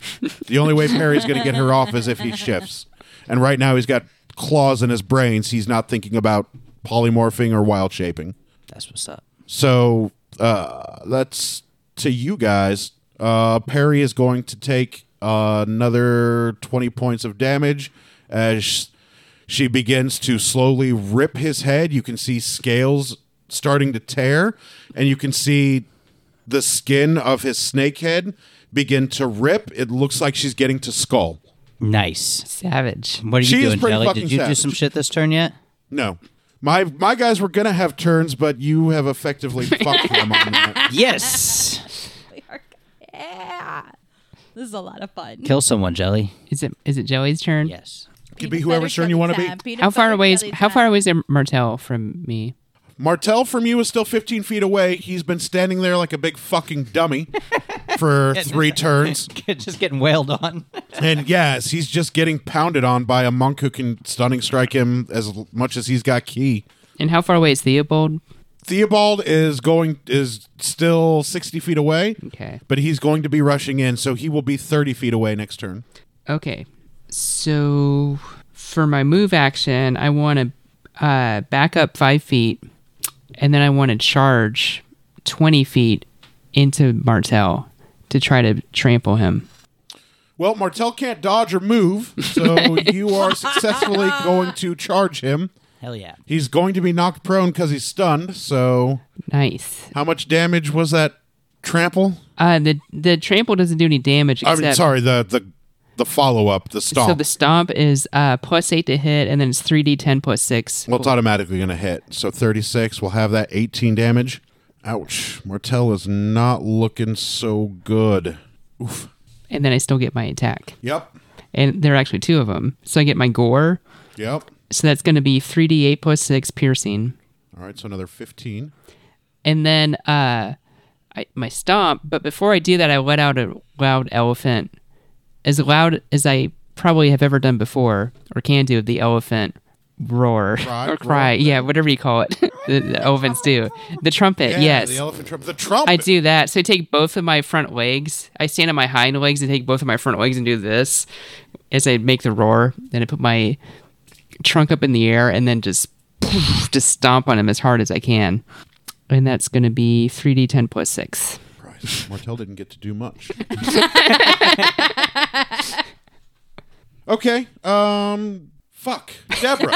S1: The only way Perry's going to get her off is if he shifts. And right now he's got claws in his brains. He's not thinking about polymorphing or wild shaping.
S3: That's what's up.
S1: So uh, that's to you guys. Uh, Perry is going to take uh, another 20 points of damage as she begins to slowly rip his head. You can see scales starting to tear, and you can see the skin of his snake head begin to rip. It looks like she's getting to skull.
S3: Nice.
S4: Savage.
S3: What are you
S1: She is
S3: doing,
S1: pretty
S3: Jelly?
S1: fucking
S3: Did you do
S1: savage.
S3: some shit this turn yet?
S1: No. My my guys were gonna have turns, but you have effectively fucked them on that.
S3: yes.
S2: We are- yeah. This is a lot of fun.
S3: Kill someone, Jelly.
S4: Is it is it Joey's turn?
S3: Yes.
S1: Could be whoever's turn you want to be.
S4: How far away is how far away is Martel from me?
S1: Martel from you is still 15 feet away. He's been standing there like a big fucking dummy for three turns.
S3: just getting wailed on.
S1: And yes, he's just getting pounded on by a monk who can stunning strike him as l- much as he's got key.
S4: And how far away is Theobald?
S1: Theobald is going is still 60 feet away,
S4: Okay.
S1: but he's going to be rushing in, so he will be 30 feet away next turn.
S4: Okay. So for my move action, I want to uh, back up five feet, and then I want to charge twenty feet into Martel to try to trample him.
S1: Well, Martel can't dodge or move, so you are successfully going to charge him.
S3: Hell yeah.
S1: He's going to be knocked prone cuz he's stunned, so
S4: Nice.
S1: How much damage was that trample?
S4: Uh, the the trample doesn't do any damage.
S1: I
S4: Except,
S1: mean, sorry, the the the follow up, the stomp.
S4: So the stomp is uh, plus eight to hit, and then it's three d ten plus six.
S1: well, it's automatically going to hit. So 36, we'll have that 18 damage. Ouch. Martell is not looking so good. Oof.
S4: and then I still get my attack.
S1: Yep.
S4: And there are actually two of them. So I get my gore.
S1: Yep.
S4: So that's going to be 3d8 plus 6 piercing.
S1: All right, so another 15.
S4: And then uh, I, my stomp. But before I do that, I let out a loud elephant, as loud as I probably have ever done before or can do the elephant roar
S1: Cry,
S4: or cry.
S1: roar.
S4: Yeah, whatever you call it. the, the elephants do. The trumpet, yes.
S1: The elephant trumpet. The trumpet.
S4: I do that. So I take both of my front legs. I stand on my hind legs and take both of my front legs and do this as I make the roar. Then I put my trunk up in the air and then just poof, just stomp on him as hard as I can. And that's going to be 3d10 plus 6.
S1: Christ, Martel didn't get to do much. okay. Um. Fuck, Deborah.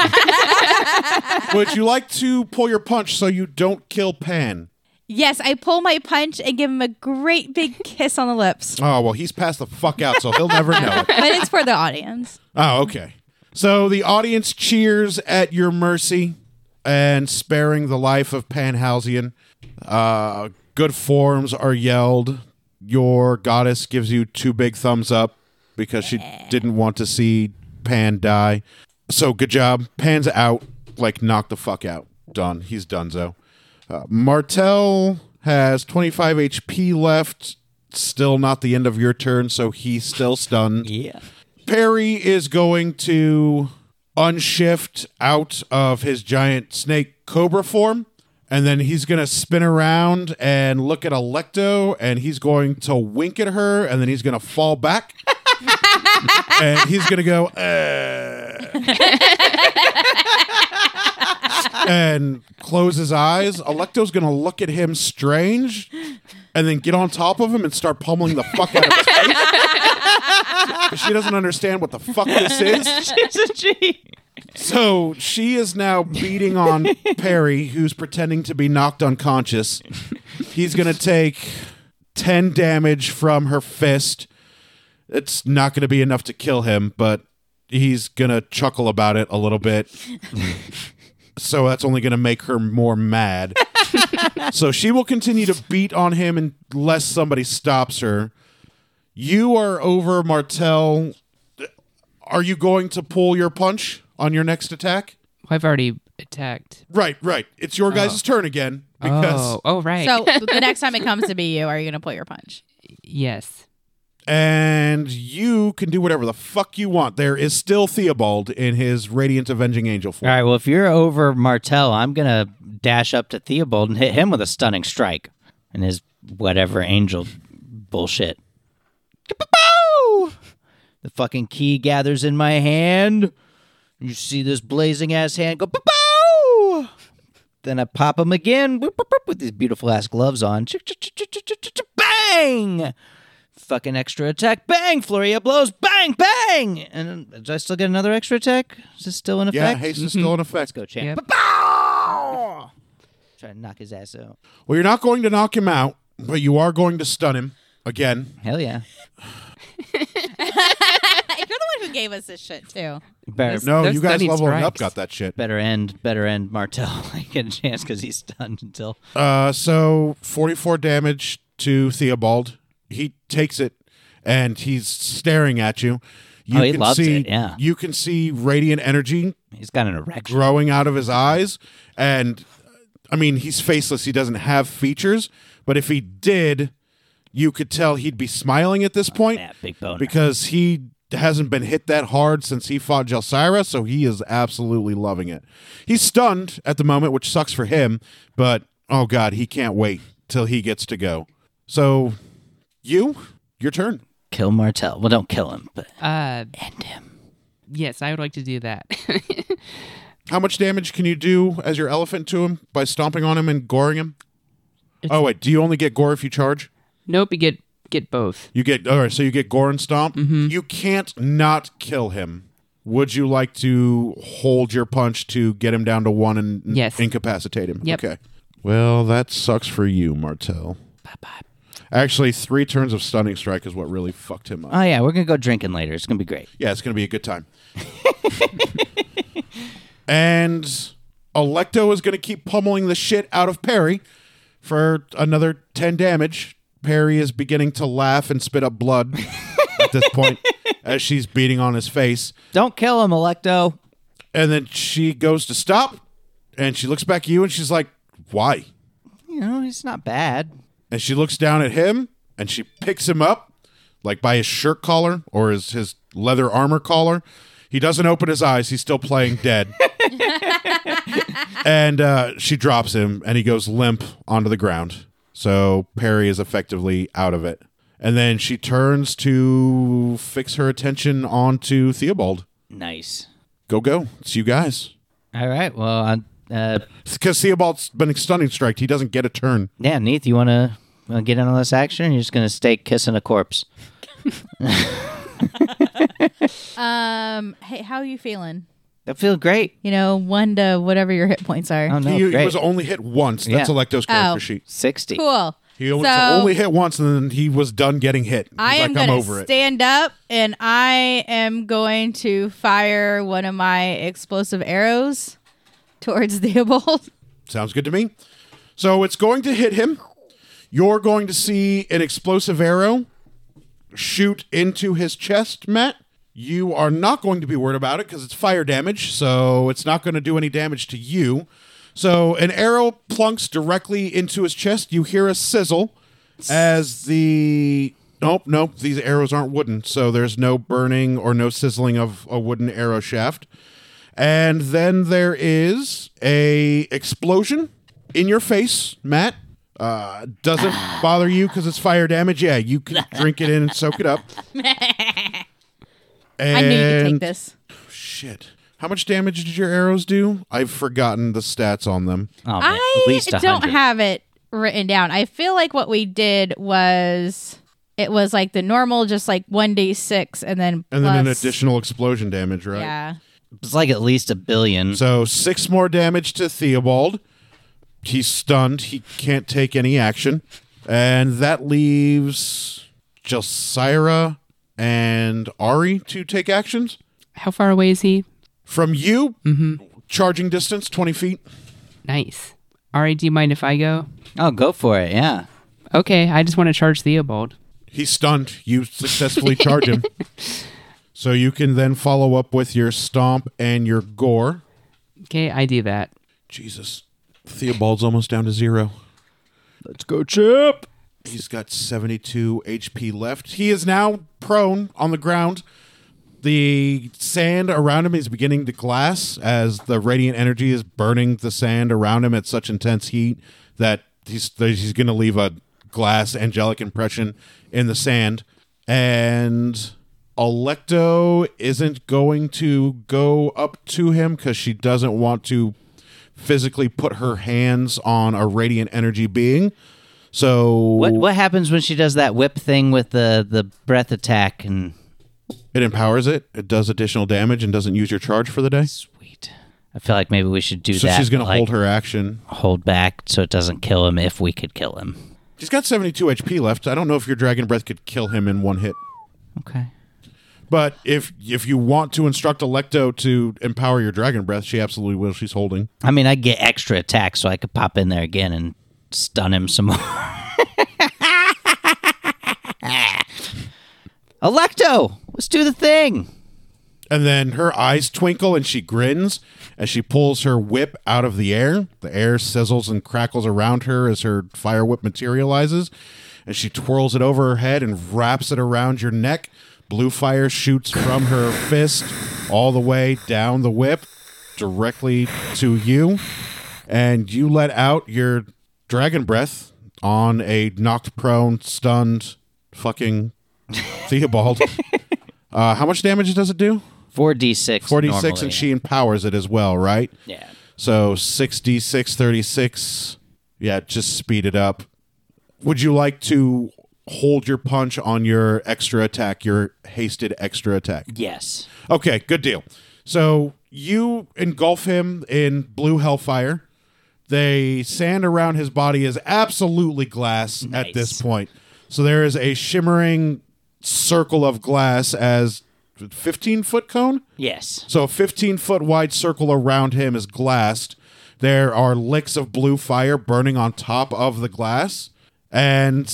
S1: Would you like to pull your punch so you don't kill Pan?
S2: Yes, I pull my punch and give him a great big kiss on the lips.
S1: Oh well, he's passed the fuck out, so he'll never know.
S2: But it's for the audience.
S1: Oh, okay. So the audience cheers at your mercy and sparing the life of Panhalsian. Uh, good forms are yelled. Your goddess gives you two big thumbs up because she didn't want to see Pan die. So good job. Pan's out. Like, knock the fuck out. Done. He's donezo. Uh, Martel has 25 HP left. Still not the end of your turn, so he's still stunned.
S3: Yeah.
S1: Perry is going to unshift out of his giant snake cobra form, and then he's going to spin around and look at Electo, and he's going to wink at her, and then he's going to fall back, and he's going to go, "Ugh." and close his eyes. Electo's going to look at him strange, and then get on top of him and start pummeling the fuck out of his face. 'cause She doesn't understand what the fuck this is. So she is now beating on Perry, who's pretending to be knocked unconscious. He's going to take 10 damage from her fist. It's not going to be enough to kill him, but he's going to chuckle about it a little bit. so that's only going to make her more mad. so she will continue to beat on him unless somebody stops her. You are over Martel. Are you going to pull your punch on your next attack?
S4: I've already attacked.
S1: Right, right. It's your guys'
S3: Oh.
S1: turn again because
S4: oh, oh, right.
S2: So the next time it comes to be you, are you going to pull your punch?
S4: yes.
S1: and you can do whatever the fuck you want. There is still Theobald in his radiant avenging angel
S3: All
S1: form.
S3: right. Well, if you're over Martel, I'm gonna dash up to Theobald and hit him with a stunning strike and his whatever angel bullshit. Kapow! The fucking key gathers in my hand. You see this blazing ass hand go. Pow! Then I pop him again boop, boop, boop, with these beautiful ass gloves on. Chick, chick, chick, chick, chick, chick, chick, chick, Bang! Fucking extra attack. Bang! Flurry of blows. Bang! Bang! And uh, do I still get another extra attack? Is this still in effect?
S1: Yeah, haste is still in effect.
S3: Let's go, champ.
S4: Yep.
S3: Ba-pow! Try to knock his ass out.
S1: Well, you're not going to knock him out, but you are going to stun him again.
S3: Hell yeah.
S2: You're the one who gave us this shit, too.
S3: Better,
S1: No,
S4: those
S1: you guys
S4: stunning
S1: leveling up got
S4: strikes.
S1: that shit.
S3: better end, better end Martel. I get a chance because he's stunned until.
S1: Uh, so 44 damage to Theobald. He takes it and he's staring at you. You
S3: Oh, he loves
S1: see,
S3: it, yeah.
S1: You can see radiant energy
S3: He's got an erection.
S1: growing out of his eyes and i mean he's faceless he doesn't have features but if he did you could tell he'd be smiling at this point
S3: Yeah, Oh, big boner.
S1: because he hasn't been hit that hard since he fought Jelsira, so he is absolutely loving it. He's stunned at the moment, which sucks for him, but oh god, he can't wait till he gets to go. So, you, your turn.
S3: kill Martel. Well, don't kill him, but
S4: Uh,
S3: end him.
S4: yes, I would like to do that.
S1: How much damage can you do as your elephant to him by stomping on him and goring him? oh wait, do you only get gore if you charge?
S4: nope, you get get both.
S1: You get all right, so you get gore and stomp.
S4: Mm-hmm.
S1: You can't not kill him. Would you like to hold your punch to get him down to one and
S4: Yes.
S1: incapacitate him?
S4: Yep.
S1: Okay. Well, that sucks for you, Martel. Actually, three turns of stunning strike is what really fucked him up.
S3: Oh yeah, we're gonna go drinking later. It's gonna be great.
S1: Yeah, it's going to be a good time. and Electo is going to keep pummeling the shit out of Perry for another 10 damage. Perry is beginning to laugh and spit up blood. this point as she's beating on his face.
S3: Don't kill him, Electo.
S1: And then she goes to stop and she looks back at you and she's like, Why?
S3: You know, he's not bad.
S1: And she looks down at him and she picks him up, like by his shirt collar or his, his leather armor collar. He doesn't open his eyes. He's still playing dead. and uh, she drops him and he goes limp onto the ground. So Perry is effectively out of it. And then she turns to fix her attention onto Theobald.
S3: Nice.
S1: Go, go. It's you guys.
S3: All right. Well, I, uh,
S1: Because Theobald's been stunning striked. He doesn't get a turn.
S3: yeah, Neith, you want to get in on this action? Or you're just going to stay kissing a corpse.
S2: Um, hey, how are you feeling?
S3: I feel great.
S2: You know, one to whatever your hit points are.
S3: Oh, no,
S1: he, he
S3: great.
S1: was only hit once. That's
S3: Yeah.
S1: Electo's character
S2: Oh.
S1: sheet.
S3: 60.
S2: Cool.
S1: He was
S2: So-
S1: only hit once, and then he was done getting hit. He's
S2: I am
S1: like, I'm
S2: going
S1: over
S2: to
S1: it.
S2: stand up and I am going to fire one of my explosive arrows towards Theobald.
S1: Sounds good to me. So it's going to hit him. You're going to see an explosive arrow shoot into his chest, Matt. You are not going to be worried about it because it's fire damage, so it's not going to do any damage to you. So an arrow plunks directly into his chest. You hear a sizzle as the. Nope, nope. These arrows aren't wooden, so there's no burning or no sizzling of a wooden arrow shaft. And then there is a explosion in your face, Matt. Uh, doesn't
S2: Ah.
S1: bother you because it's fire damage. Yeah, you can drink it in and soak it up.
S2: I knew you could
S1: And-
S2: take this.
S1: Shit. How much damage did your arrows do? I've forgotten the stats on them.
S3: Oh, man,
S2: I
S3: at least 100.
S2: don't have it written down. I feel like what we did was it was like the normal, just like 1d6 and then
S1: And then an
S2: plus-
S1: additional explosion damage, right?
S2: Yeah.
S3: It's like at least a billion.
S1: So six more damage to Theobald. He's stunned. He can't take any action. And that leaves Jelsira and Ari to take actions.
S4: How far away is he?
S1: From you, charging distance, 20 feet.
S4: Nice. Ari, do you mind if I go?
S3: oh, go for it. Yeah.
S4: Okay, I just want to charge Theobald.
S1: He's stunned. You successfully charge him. So you can then follow up with your stomp and your gore.
S4: Okay, I do that.
S1: Jesus. Theobald's almost down to zero.
S3: Let's go, Chip.
S1: He's got 72 HP left. He is now prone on the ground. The sand around him is beginning to glass as the radiant energy is burning the sand around him at such intense heat that he's that he's going to leave a glass angelic impression in the sand. And Electo isn't going to go up to him because she doesn't want to physically put her hands on a radiant energy being. So
S3: What what happens when she does that whip thing with the, the breath attack and
S1: It empowers it. It does additional damage and doesn't use your charge for the day.
S3: sweet? I feel like maybe we should do
S1: So
S3: that.
S1: she's going to
S3: like,
S1: hold her action.
S3: hold back so it doesn't kill him if we could kill him.
S1: She's got 72 HP left. I don't know if your dragon breath could kill him in one hit.
S3: Okay.
S1: But if if you want to instruct Electo to empower your dragon breath, she absolutely will. She's holding.
S3: I mean, I get extra attacks, so I could pop in there again and stun him some more. Electo, let's do the thing.
S1: And then her eyes twinkle and she grins as she pulls her whip out of the air. The air sizzles and crackles around her as her fire whip materializes. And she twirls it over her head and wraps it around your neck. Blue fire shoots from her fist all the way down the whip directly to you. And you let out your dragon breath on a knocked prone, stunned fucking Theobald. uh, how much damage does it do?
S3: 4d6.
S1: 46
S3: normally.
S1: and she empowers it as well right
S3: Yeah.
S1: so 66 36 yeah just speed it up would you like to hold your punch on your extra attack your hasted extra attack
S3: Yes.
S1: okay good deal so you engulf him in blue hellfire the sand around his body is absolutely glass at this point so there is a shimmering circle of glass as 15 foot cone
S3: Yes.
S1: so a 15 foot wide circle around him is glassed. There are licks of blue fire burning on top of the glass. And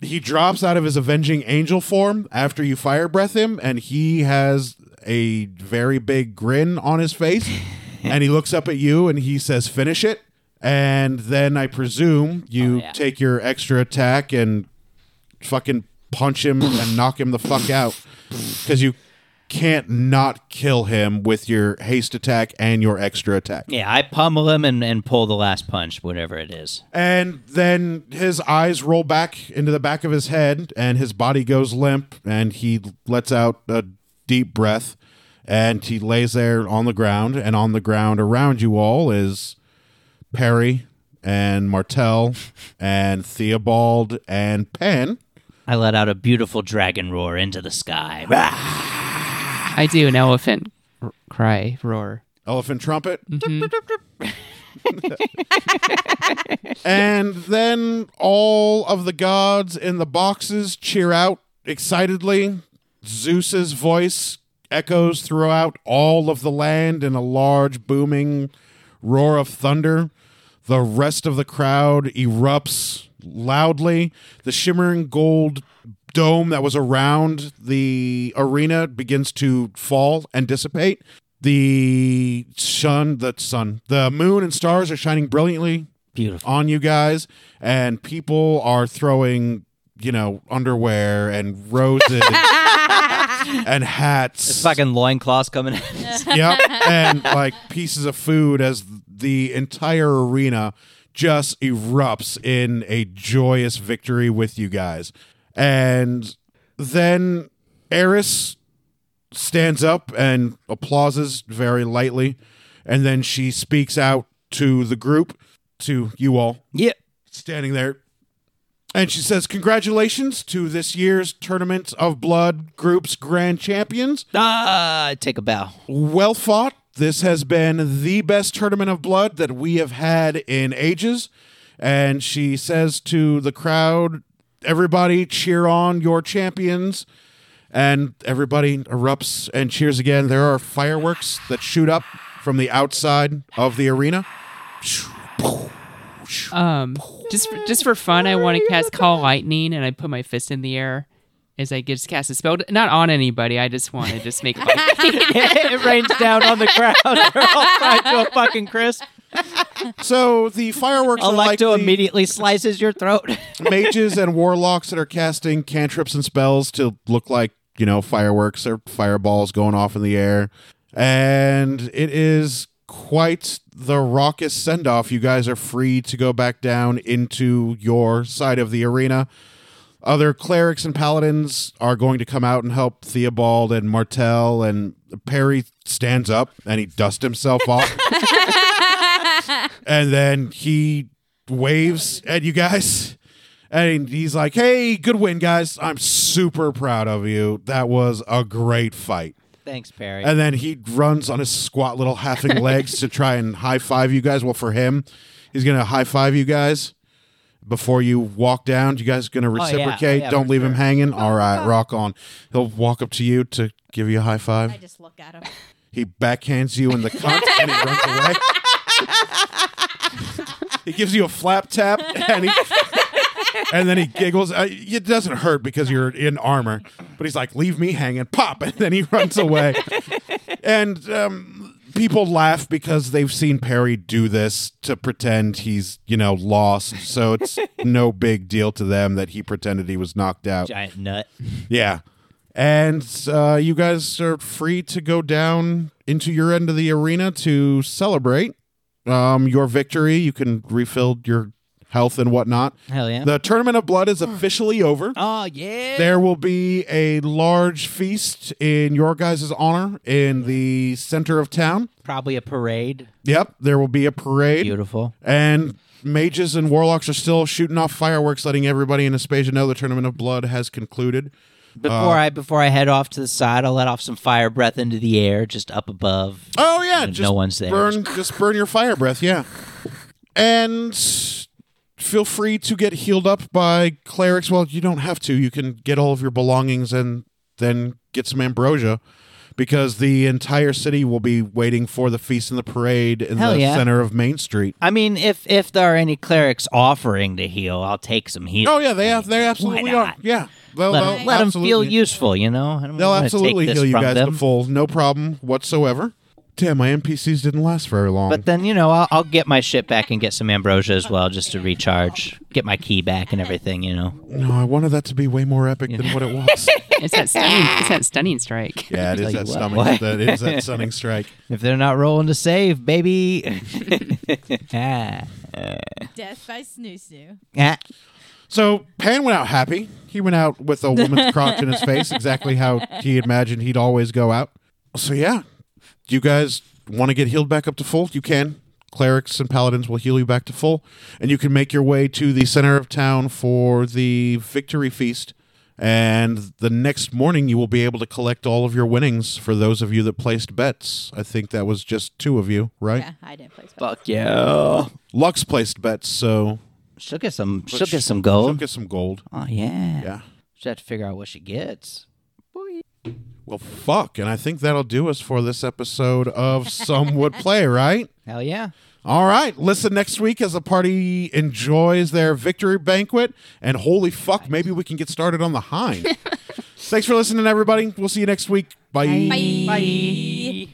S1: he drops out of his avenging angel form after you fire breath him and he has a very big grin on his face and he looks up at you and he says finish it and then i presume you take your extra attack and fucking punch him and knock him the fuck out because you can't not kill him with your haste attack and your extra attack
S3: Yeah, I pummel him and, and pull the last punch, whatever it is.
S1: and then his eyes roll back into the back of his head, and his body goes limp, and he lets out a deep breath, and he lays there on the ground. And on the ground around you all is Perry and Martell and Theobald and Penn.
S3: I let out a beautiful dragon roar into the sky. Rah!
S4: I do an elephant r- cry roar.
S1: Elephant trumpet. and then all of the gods in the boxes cheer out excitedly. Zeus's voice echoes throughout all of the land in a large booming roar of thunder. The rest of the crowd erupts loudly. The shimmering gold dome that was around the arena begins to fall and dissipate. The sun, the sun, the moon and stars are shining brilliantly
S3: Beautiful.
S1: on you guys, and people are throwing, you know, underwear and roses and hats.
S3: Fucking loincloths coming in.
S1: yep, and like pieces of food as the entire arena just erupts in a joyous victory with you guys. And then Eris stands up and applauses very lightly, and then she speaks out to the group, to you all
S3: yeah.
S1: standing there. And she says, Congratulations to this year's Tournament of Blood Group's Grand Champions.
S3: Ah, I take a bow.
S1: Well fought. This has been the best Tournament of Blood that we have had in ages. And she says to the crowd, Everybody cheer on your champions. And everybody erupts and cheers again. There are fireworks that shoot up from the outside of the arena.
S4: Um, just for, just for fun, I want to cast call lightning, and I put my fist in the air as I just cast a spell. Not on anybody. I just want to just make.
S3: it rains down on the ground. They're all fried to a fucking crisp.
S1: So the fireworks are like
S3: Electo
S1: the-
S3: immediately slices your throat.
S1: mages and warlocks that are casting cantrips and spells to look like you know fireworks or fireballs going off in the air and it is quite the raucous send off you guys are free to go back down into your side of the arena other clerics and paladins are going to come out and help theobald and martel and perry stands up and he dusts himself off and then he waves at you guys and he's like hey good win guys i'm super proud of you that was a great fight
S3: Thanks, Perry.
S1: and then he runs on his squat little halfing legs to try and high five you guys well for him he's gonna high five you guys before you walk down you guys gonna
S3: yeah. Oh, yeah,
S1: reciprocate
S3: for
S1: don't leave him hanging all right rock on he'll walk up to you to give you a high five
S2: I just look at him.
S1: he backhands you in the cunt and he runs away. he gives you a flap tap and he and then he giggles. Uh, it doesn't hurt because you're in armor, but he's like, "Leave me hanging, pop!" And then he runs away. and um, people laugh because they've seen Perry do this to pretend he's you know lost. So it's no big deal to them that he pretended he was knocked out.
S3: Giant nut.
S1: Yeah. And uh, you guys are free to go down into your end of the arena to celebrate um, your victory. You can refill your health and whatnot.
S3: Hell yeah.
S1: The Tournament of Blood is officially over.
S3: oh, yeah.
S1: There will be a large feast in your guys' honor in the center of town.
S3: Probably a parade.
S1: Yep, there will be a parade.
S3: Beautiful.
S1: And mages and warlocks are still shooting off fireworks, letting everybody in Aspasia know the Tournament of Blood has concluded.
S3: Before
S1: Uh,
S3: I before I head off to the side, I'll let off some fire breath into the air, just up above.
S1: Oh yeah,
S3: And
S1: just
S3: no one's there.
S1: Burn, just burn your fire breath. Yeah, and feel free to get healed up by clerics. Well, you don't have to. You can get all of your belongings and then get some ambrosia because the entire city will be waiting for the feast and the parade in
S3: Hell
S1: the
S3: yeah.
S1: center of Main Street.
S3: I mean, if if there are any clerics offering to heal, I'll take some heal.
S1: Oh yeah, they have, they absolutely are.
S3: not?
S1: Yeah, they'll,
S3: let,
S1: they'll
S3: them, let 'em feel
S1: Oh, absolutely-
S3: useful, you know. I don't
S1: They'll
S3: wanna take
S1: absolutely
S3: this
S1: heal you
S3: from
S1: guys
S3: them.
S1: to full, no problem whatsoever. Damn, my NPCs didn't last very long.
S3: But then you know, I'll, I'll get my shit back and get some ambrosia as well, just to recharge, get my key back and everything. You know,
S1: no, I wanted that to be way more epic than what it was.
S4: It's that stunning. it's that stunning strike.
S1: yeah, it is that
S3: Tell you what,
S1: stomach.
S3: boy.
S1: That is that stunning strike.
S3: if they're not rolling to save, baby. Ah.
S2: Death by Snoo Snoo.
S3: Ah.
S1: So Pan went out happy. He went out with a woman's crotch in his face, exactly how he imagined he'd always go out. So yeah, you guys want to get healed back up to full? You can. Clerics and paladins will heal you back to full, and you can make your way to the center of town for the victory feast. And the next morning, you will be able to collect all of your winnings for those of you that placed bets. I think that was just two of you, right?
S2: Yeah, I didn't play Spider.
S3: Fuck yeah!
S1: Lux placed bets, so
S3: She'll get some. She'll get some
S1: she'll
S3: gold.
S1: get some gold.
S3: Oh yeah.
S1: Yeah.
S3: She'll have to figure out what she gets.
S1: Well, fuck. And I think that'll do us for this episode of Some Would Play, right?
S3: Hell yeah!
S1: All right. Listen next week as the party enjoys their victory banquet. And holy fuck, maybe we can get started on the hind. Thanks for listening, everybody. We'll see you next week. Bye.
S2: Bye.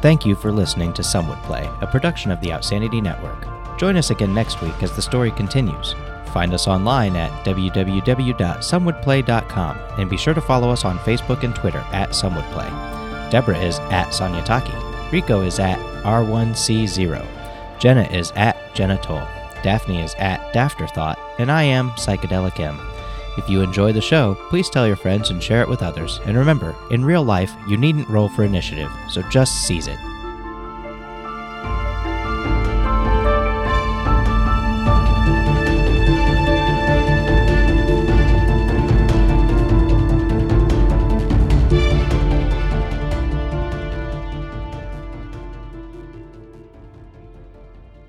S3: Thank you for listening to Some Would Play, a production of the Outsanity Network. Join us again next week as the story continues. Find us online at www.somewouldplay.com and be sure to follow us on Facebook and Twitter at Some Would Play. Deborah is at Sonia Taki. Rico is at R1C0. Jenna is at Jenna Toll. Daphne is at Dafterthought. And I am Psychedelic M. If you enjoy the show, please tell your friends and share it with others. And remember, in real life, you needn't roll for initiative, so just seize it.